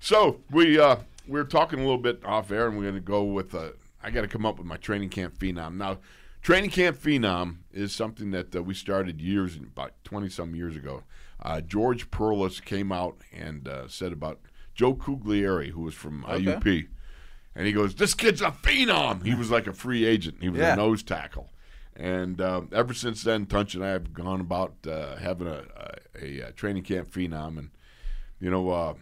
so we uh, we were talking a little bit off air, and we're going to go with uh, I got to come up with my training camp phenom now. Training camp phenom is something that uh, we started years about twenty some years ago. Uh, George Perlis came out and uh, said about Joe Cuglieri, who was from IUP and he goes, "This kid's a phenom." He was like a free agent. He was
Yeah.
a nose tackle, and um, ever since then, Tunch and I have gone about uh, having a, a, a training camp phenom, and you know, uh,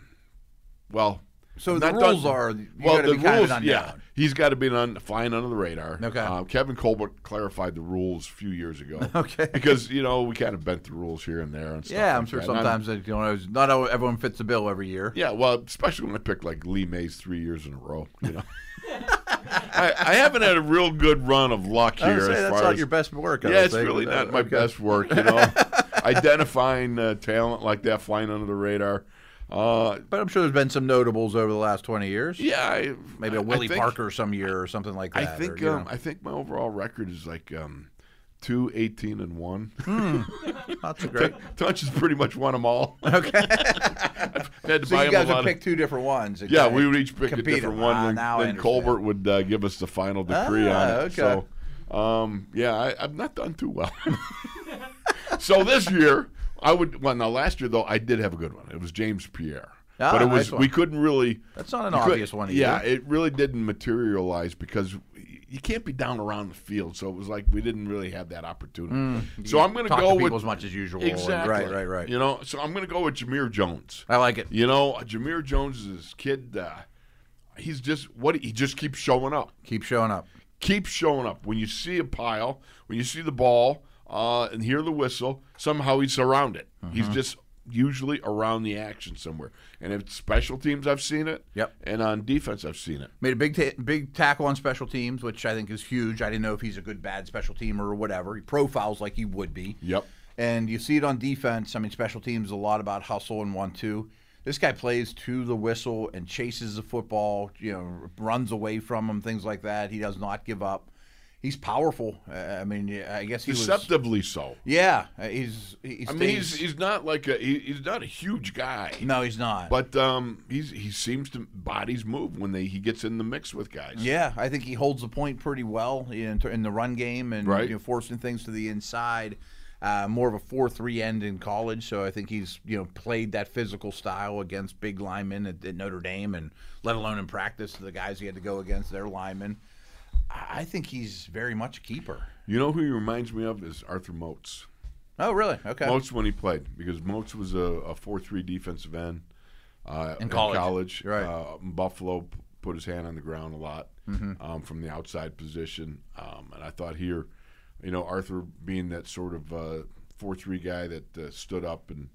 well,
So the
not
rules
done-
are you gotta be kind of an unknown.
he's got to be on flying under the radar.
Okay.
Uh, Kevin Colbert clarified the rules a few years ago.
Okay.
Because you know we kind of bent the rules here and there and stuff.
Yeah, I'm
like
sure
that. And
sometimes they don't always, not all- everyone fits the bill every year.
yeah, well, especially when I picked like Lee Mays three years in a row. You know, I, I haven't had a real good run of luck
I
here.
would say
as
that's
far
not
as,
your best work. I
yeah,
would
it's
think.
really
Uh,
not my
okay.
best work. You know, identifying uh, talent like that flying under the radar. Uh,
But I'm sure there's been some notables over the last 20 years.
yeah, I,
Maybe a
I- I
Willie
think-
Parker some year or something like
I
that.
think
or, you
um, I think my overall record is like um, two eighteen and one.
know, not so great.
Tunch has pretty much won them all. Okay, had to
So
buy
you
him a lot
guys would
of-
pick two different ones. and
Yeah,
kinda
we would each pick a
compete
different
them.
one.
Ah,
then
now I
then
understand.
Colbert would uh, give us the final decree
Ah,
on it.
okay.
So, um, yeah, I, I've not done too well. so this year, I would. Well, now last year though, I did have a good one. It was James Pierre,
Ah,
but it was
nice one.
we couldn't really.
That's not an
you could-
obvious one either.
Yeah, it really didn't materialize because y- you can't be down around the field. So it was like we didn't really have that opportunity. so I'm going
Mm. Talk
go
to people
with
as much as usual. and-
exactly
Right, right, right.
You know, so I'm going to go with Jameer Jones.
I like it.
You know, Jameer Jones is this kid. Uh, he's just what he just keeps showing up,
Keep showing up.
keeps showing up. When you see a pile, when you see the ball, uh, and hear the whistle, somehow he's around it. He's
Uh-huh.
just usually around the action somewhere. And if it's special teams, I've seen it.
Yep.
And on defense, I've seen it.
Made a big ta- big tackle on special teams, which I think is huge. I didn't know if he's a good bad special teamer or whatever. He profiles like he would be.
Yep.
And you see it on defense. I mean, special teams is a lot about hustle and one two. This guy plays to the whistle and chases the football. You know, runs away from him, things like that. He does not give up. He's powerful. Uh, I mean, yeah, I guess he was.
Deceptively so.
Yeah, uh, he's. He
I mean, he's
stays-
he's not like a he, he's not a huge guy.
no, he's not.
But um, he's he seems to bodies move when they he gets in the mix with guys.
Yeah, I think he holds the point pretty well in, in the run game and
Right.
you know, forcing things to the inside. Uh, more of a four-three end in college, so I think he's you know played that physical style against big linemen at, at Notre Dame, and let alone in practice the guys he had to go against their linemen. I I think he's very much a keeper.
You know who he reminds me of is Arthur Motes.
Oh, really? Okay.
Moats when he played because Moats was a, a four three defensive end uh, in
college. Right.
Uh, Buffalo p- put his hand on the ground a lot
Mm-hmm.
um, from the outside position, um, and I thought here, you know, Arthur being that sort of uh, four three guy that uh, stood up and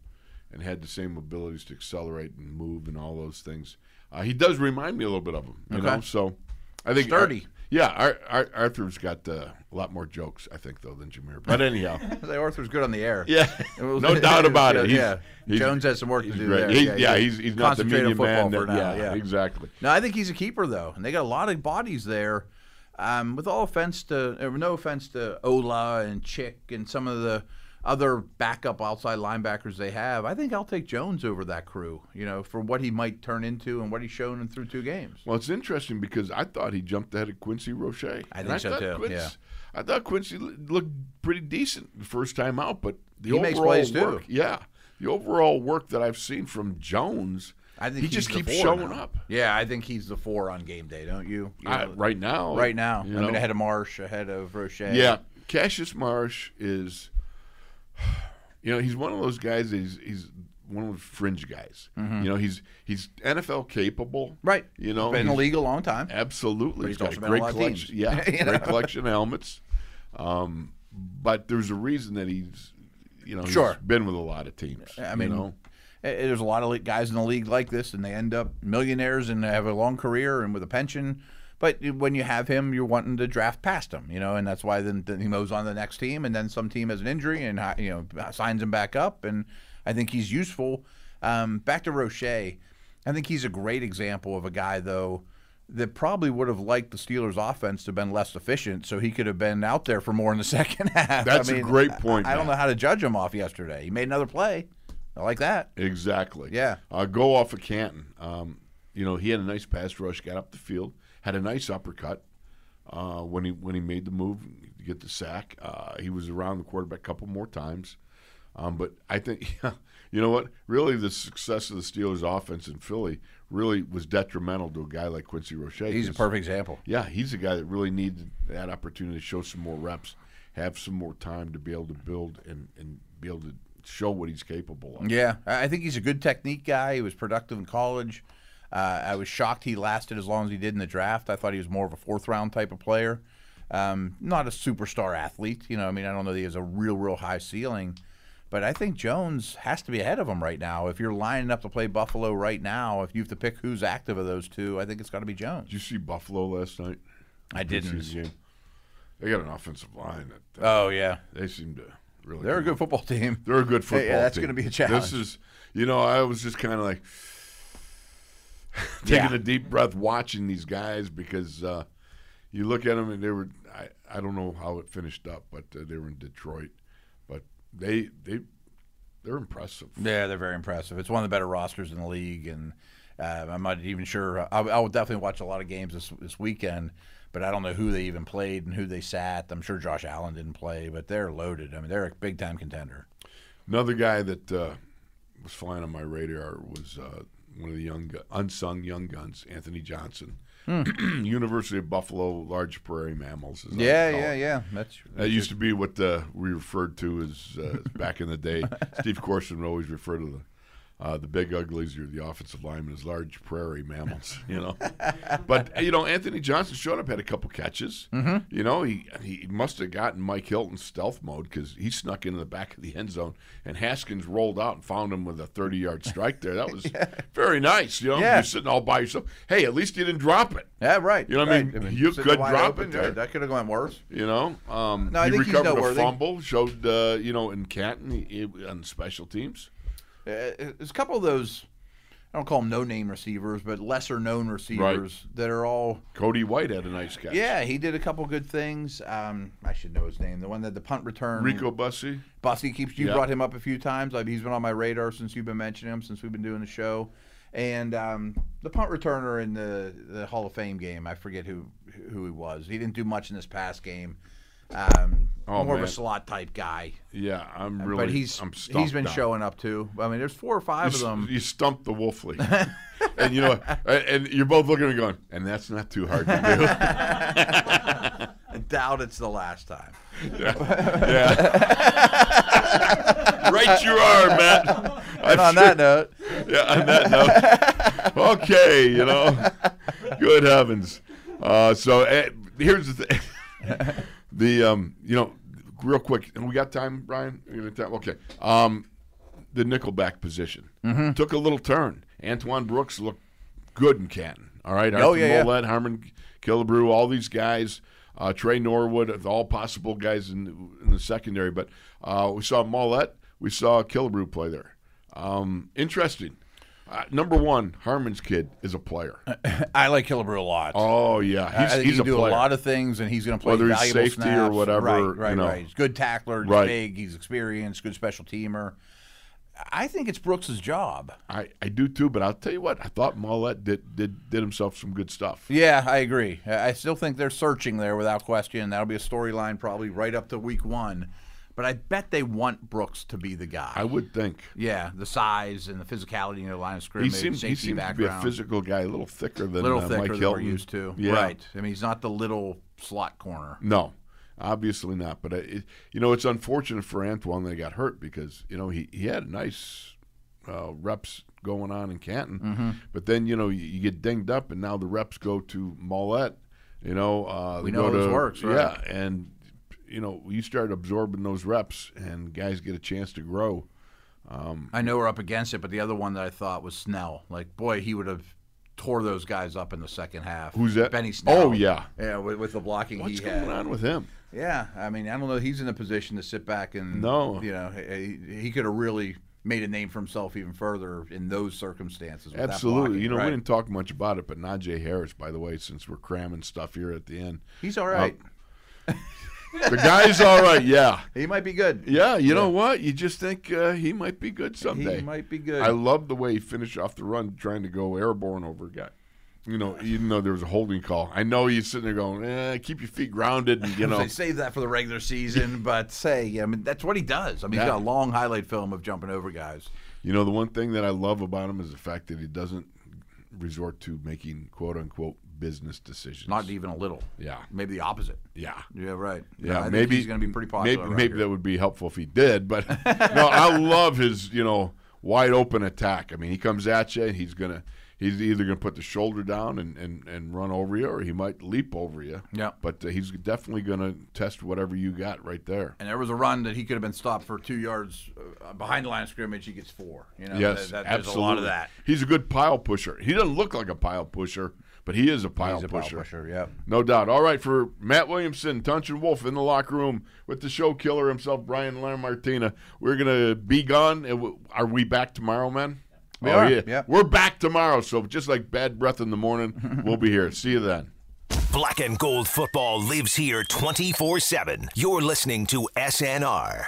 and had the same abilities to accelerate and move and all those things. Uh, he does remind me a little bit of him, you
Okay.
know. So I think
Sturdy.
yeah, Ar- Ar- Arthur's got uh, a lot more jokes, I think, though, than Jameer. But anyhow.
Say Arthur's good on the air.
Yeah, no doubt about it. He's-
yeah,
he's-
Jones has some work to
he's
do
great.
there.
He- yeah, he's, he's not the
concentrate on
media man.
football
that-
for now,
yeah, exactly.
No, I think he's a keeper though, and they got a lot of bodies there. Um, with all offense to, or no offense to Ola and Chick and some of the other backup outside linebackers they have, I think I'll take Jones over that crew. You know, for what he might turn into and what he's shown in through two games.
Well, it's interesting because I thought he jumped ahead of Quincy Roche. I
think so, too, yeah.
I thought Quincy l- looked pretty decent the first time out, but the
He
overall
makes plays, too.
work, yeah, the overall work that I've seen from Jones,
I think
he
he's
just
the
keeps
four
showing
now.
up
Yeah, I think he's the four on game day, don't you? You
I-
know,
right now.
right now,
you
I mean,
know.
ahead of Marsh, ahead of Roche.
Yeah, Cassius Marsh is, you know, he's one of those guys. That he's he's one of those fringe guys. You know, he's he's NFL capable.
Mm-hmm. right.
You know,
been in the
he's-
league a long time.
Absolutely,
But he's
got
also
a
been on a
great
lot of
collection.
teams.
Yeah,
You
great
know?
collection of helmets. Um, but there's a reason that he's, you know, he's
Sure.
been with a lot of teams.
I
you
mean,
know?
eh, there's a lot of guys in the league like this, and they end up millionaires and have a long career and with a pension. But when you have him, you're wanting to draft past him, you know, and that's why then, then he moves on to the next team, and then some team has an injury and hi- you know uh, signs him back up, and I think he's useful. Um, back to Roche, I think he's a great example of a guy though that probably would have liked the Steelers' offense to have been less efficient, so he could have been out there for more in the second half.
That's a great point,
I, I don't
Matt.
know how to judge him off yesterday. He made another play. I like that.
exactly.
Yeah.
Uh, go off of Canton. Um, you know, he had a nice pass rush, got up the field, had a nice uppercut uh, when he when he made the move to get the sack. Uh, he was around the quarterback a couple more times. Um, but I think, you know what? Really, the success of the Steelers' offense in Philly really was detrimental to a guy like Quincy Roche.
He's a
'cause-
perfect example.
Yeah, he's a guy that really needed that opportunity to show some more reps, have some more time to be able to build and, and be able to show what he's capable of.
Yeah, I I think he's a good technique guy. He was productive in college. Uh, I was shocked he lasted as long as he did in the draft. I thought he was more of a fourth round type of player. Um, not a superstar athlete, you know. I mean, I don't know that he has a real, real high ceiling, but I think Jones has to be ahead of him right now. If you're lining up to play Buffalo right now, if you have to pick who's active of those two, I think it's got to be Jones.
Did you see Buffalo last night?
I
Preseason game? They got an offensive line that uh,
Oh yeah,
they seem to really.
they're a good football team.
They're a good football.
yeah, that's
team.
gonna be a challenge.
This is, you know, I was just kind of like taking
Yeah.
a deep breath watching these guys because uh, you look at them and they were. I, I don't know how it finished up, but uh, they were in Detroit, but they they they're impressive.
Yeah, they're very impressive. It's one of the better rosters in the league, and uh, I'm not even sure. I, I will definitely watch a lot of games this this weekend, but I don't know who they even played and who they sat. I'm sure Josh Allen didn't play, but they're loaded. I mean, they're a big time contender.
Another guy that uh, was flying on my radar was uh, one of the young gu- unsung young guns, Anthony Johnson, University of Buffalo, large prairie mammals. as I call it.
Hmm. yeah. That's
That used to be what uh, we referred to as uh, back in the day. Steve Corson would always refer to the uh, the big uglies or the offensive linemen as large prairie mammals, you know. but uh, you know, Anthony Johnson showed up, had a couple catches. Mm-hmm. You know, he he must have gotten Mike Hilton's stealth mode because he snuck into the back of the end zone, and Haskins rolled out and found him with a thirty yard strike there. That was very nice. You know,
Yeah.
you're sitting all by yourself. Hey, at least you didn't drop it.
yeah, right.
You know what I
right.
mean? You
sitting
could
wide
drop
open,
it there.
That could have gone worse.
You know, um,
No, I
he
think he's
recovered a
noteworthy.
fumble. Showed uh, you know in Canton he, he- on special teams.
Uh, there's a couple of those. I don't call them no name receivers, but lesser known receivers that are all
Cody White had a nice catch.
Yeah, he did a couple good things. Um, I should know his name. The one that the punt return.
Rico Bussey.
Bussy keeps you
Yeah.
brought him up a few times. Like he's been on my radar since you've been mentioning him since we've been doing the show. And um, the punt returner in the, the Hall of Fame game, I forget who who he was. He didn't do much in this past game. Um,
Oh,
more of
man.
a slot type guy,
Yeah, I'm really.
but he's
I'm
he's
stumped
been
now.
showing up too. I mean, there's four or
You,
five of
s-
them.
you stumped the Wolfley, and you know, what? and and you're both looking and going, and that's not too hard to
I doubt it's the last time.
do. yeah. Yeah. right, you are, Matt. I'm
And on
sure-
that note,
yeah, on that note. Okay, you know. Good heavens. Uh, so eh, here's the thing. the um, you know, real quick, and we got time, Brian. We got time? Okay. Um, the nickelback position
Mm-hmm.
took a little turn. Antoine Brooks looked good in Canton. All right,
Oh,
Arthur
yeah, yeah.
Millett, Harmon Killebrew, all these guys, uh, Trey Norwood, all possible guys in, in the secondary. But uh, we saw Millett, we saw Killebrew play there. Um, interesting. Uh, number one, Harmon's kid is a player.
I like Killebrew a lot.
Oh yeah,
Uh, I-
he's,
I think
he's
he
a
can do
player.
a lot of things, and he's going to play
Whether he's
valuable
safety or
snaps.
whatever,
Right, right,
you know.
right. He's a good tackler. He's
Right.
big. He's experienced. Good special teamer. I think it's Brooks' job.
I, I do too, but I'll tell you what, I thought Mollett did did, did himself some good stuff.
Yeah, I agree. I I still think they're searching there without question. That'll be a storyline probably right up to week one. But I bet they want Brooks to be the guy.
I would think
yeah, the size and the physicality in their line of
he
scrimmage,
seems
safety
he seems to be a
background.
physical guy, a little thicker than
little
uh,
thicker
Mike
than
Hilton.
we're used to.
Yeah.
Right. I mean, he's not the little slot corner.
No, obviously not. But uh, it, you know, it's unfortunate for Antoine that he got hurt because you know he he had nice uh, reps going on in Canton,
Mm-hmm.
but then you know you, you get dinged up, and now the reps go to Mollett. You know, uh,
We
they
know
go
how this
to-
works, right?
Yeah, and you know you start absorbing those reps, and guys get a chance to grow.
I know we're up against it, but the other one that I thought was Snell. Like, boy, he would have tore those guys up in the second half.
Who's that?
Benny Snell.
Oh, yeah.
yeah, with, with the blocking
What's
he
going
had.
on with him?
Yeah, I mean, I don't know. He's in a position to sit back and
No.
you know, he, he could have really made a name for himself even further in those circumstances. with that
Absolutely.
blocking,
you know,
right?
we didn't talk much about it, but Najee Harris, by the way, since we're cramming stuff here at the end,
he's all right.
Uh, the guy's all right. Yeah.
he might be good.
Yeah, you know what? You just think uh, he might be good
he
someday.
might be good.
I love the way he finished off the run trying to go airborne over a guy. you know, even though there was a holding call, I know he's sitting there going, eh, keep your feet grounded, and you know,
They save that for the regular season, but say, I mean, that's what he does. I mean, he's
Yeah.
got a long highlight film of jumping over guys.
You know, the one thing that I love about him is the fact that he doesn't resort to making quote unquote business decisions.
Not even a little.
Yeah.
Maybe the opposite.
Yeah.
Yeah, right. No, I
Yeah,
think
maybe
he's going to be pretty popular.
Maybe,
around
maybe
here.
that would be helpful if he did, but no, I love his you know wide open attack. I mean, he comes at you, and he's gonna he's either gonna put the shoulder down and and, and run over you, or he might leap over you.
Yeah.
but uh, he's definitely gonna test whatever you got right there.
and there was a run that he could have been stopped for two yards uh, behind the line of scrimmage. He gets four. You know,
Yes,
uh, that, that- there's
absolutely.
a lot of that.
He's a good pile pusher. He doesn't look like a pile pusher, but he is a pile
He's a power pusher. Yeah.
No doubt. All right, for Matt Williamson, Tunch and Wolf in the locker room with the show killer himself, Brian Lamartina. We're going to be gone. And w- Are we back tomorrow, man? Oh,
We are, yeah.
We're back tomorrow. So just like bad breath in the morning, we'll be here. See you then.
Black and gold football lives here 24 7. You're listening to SNR.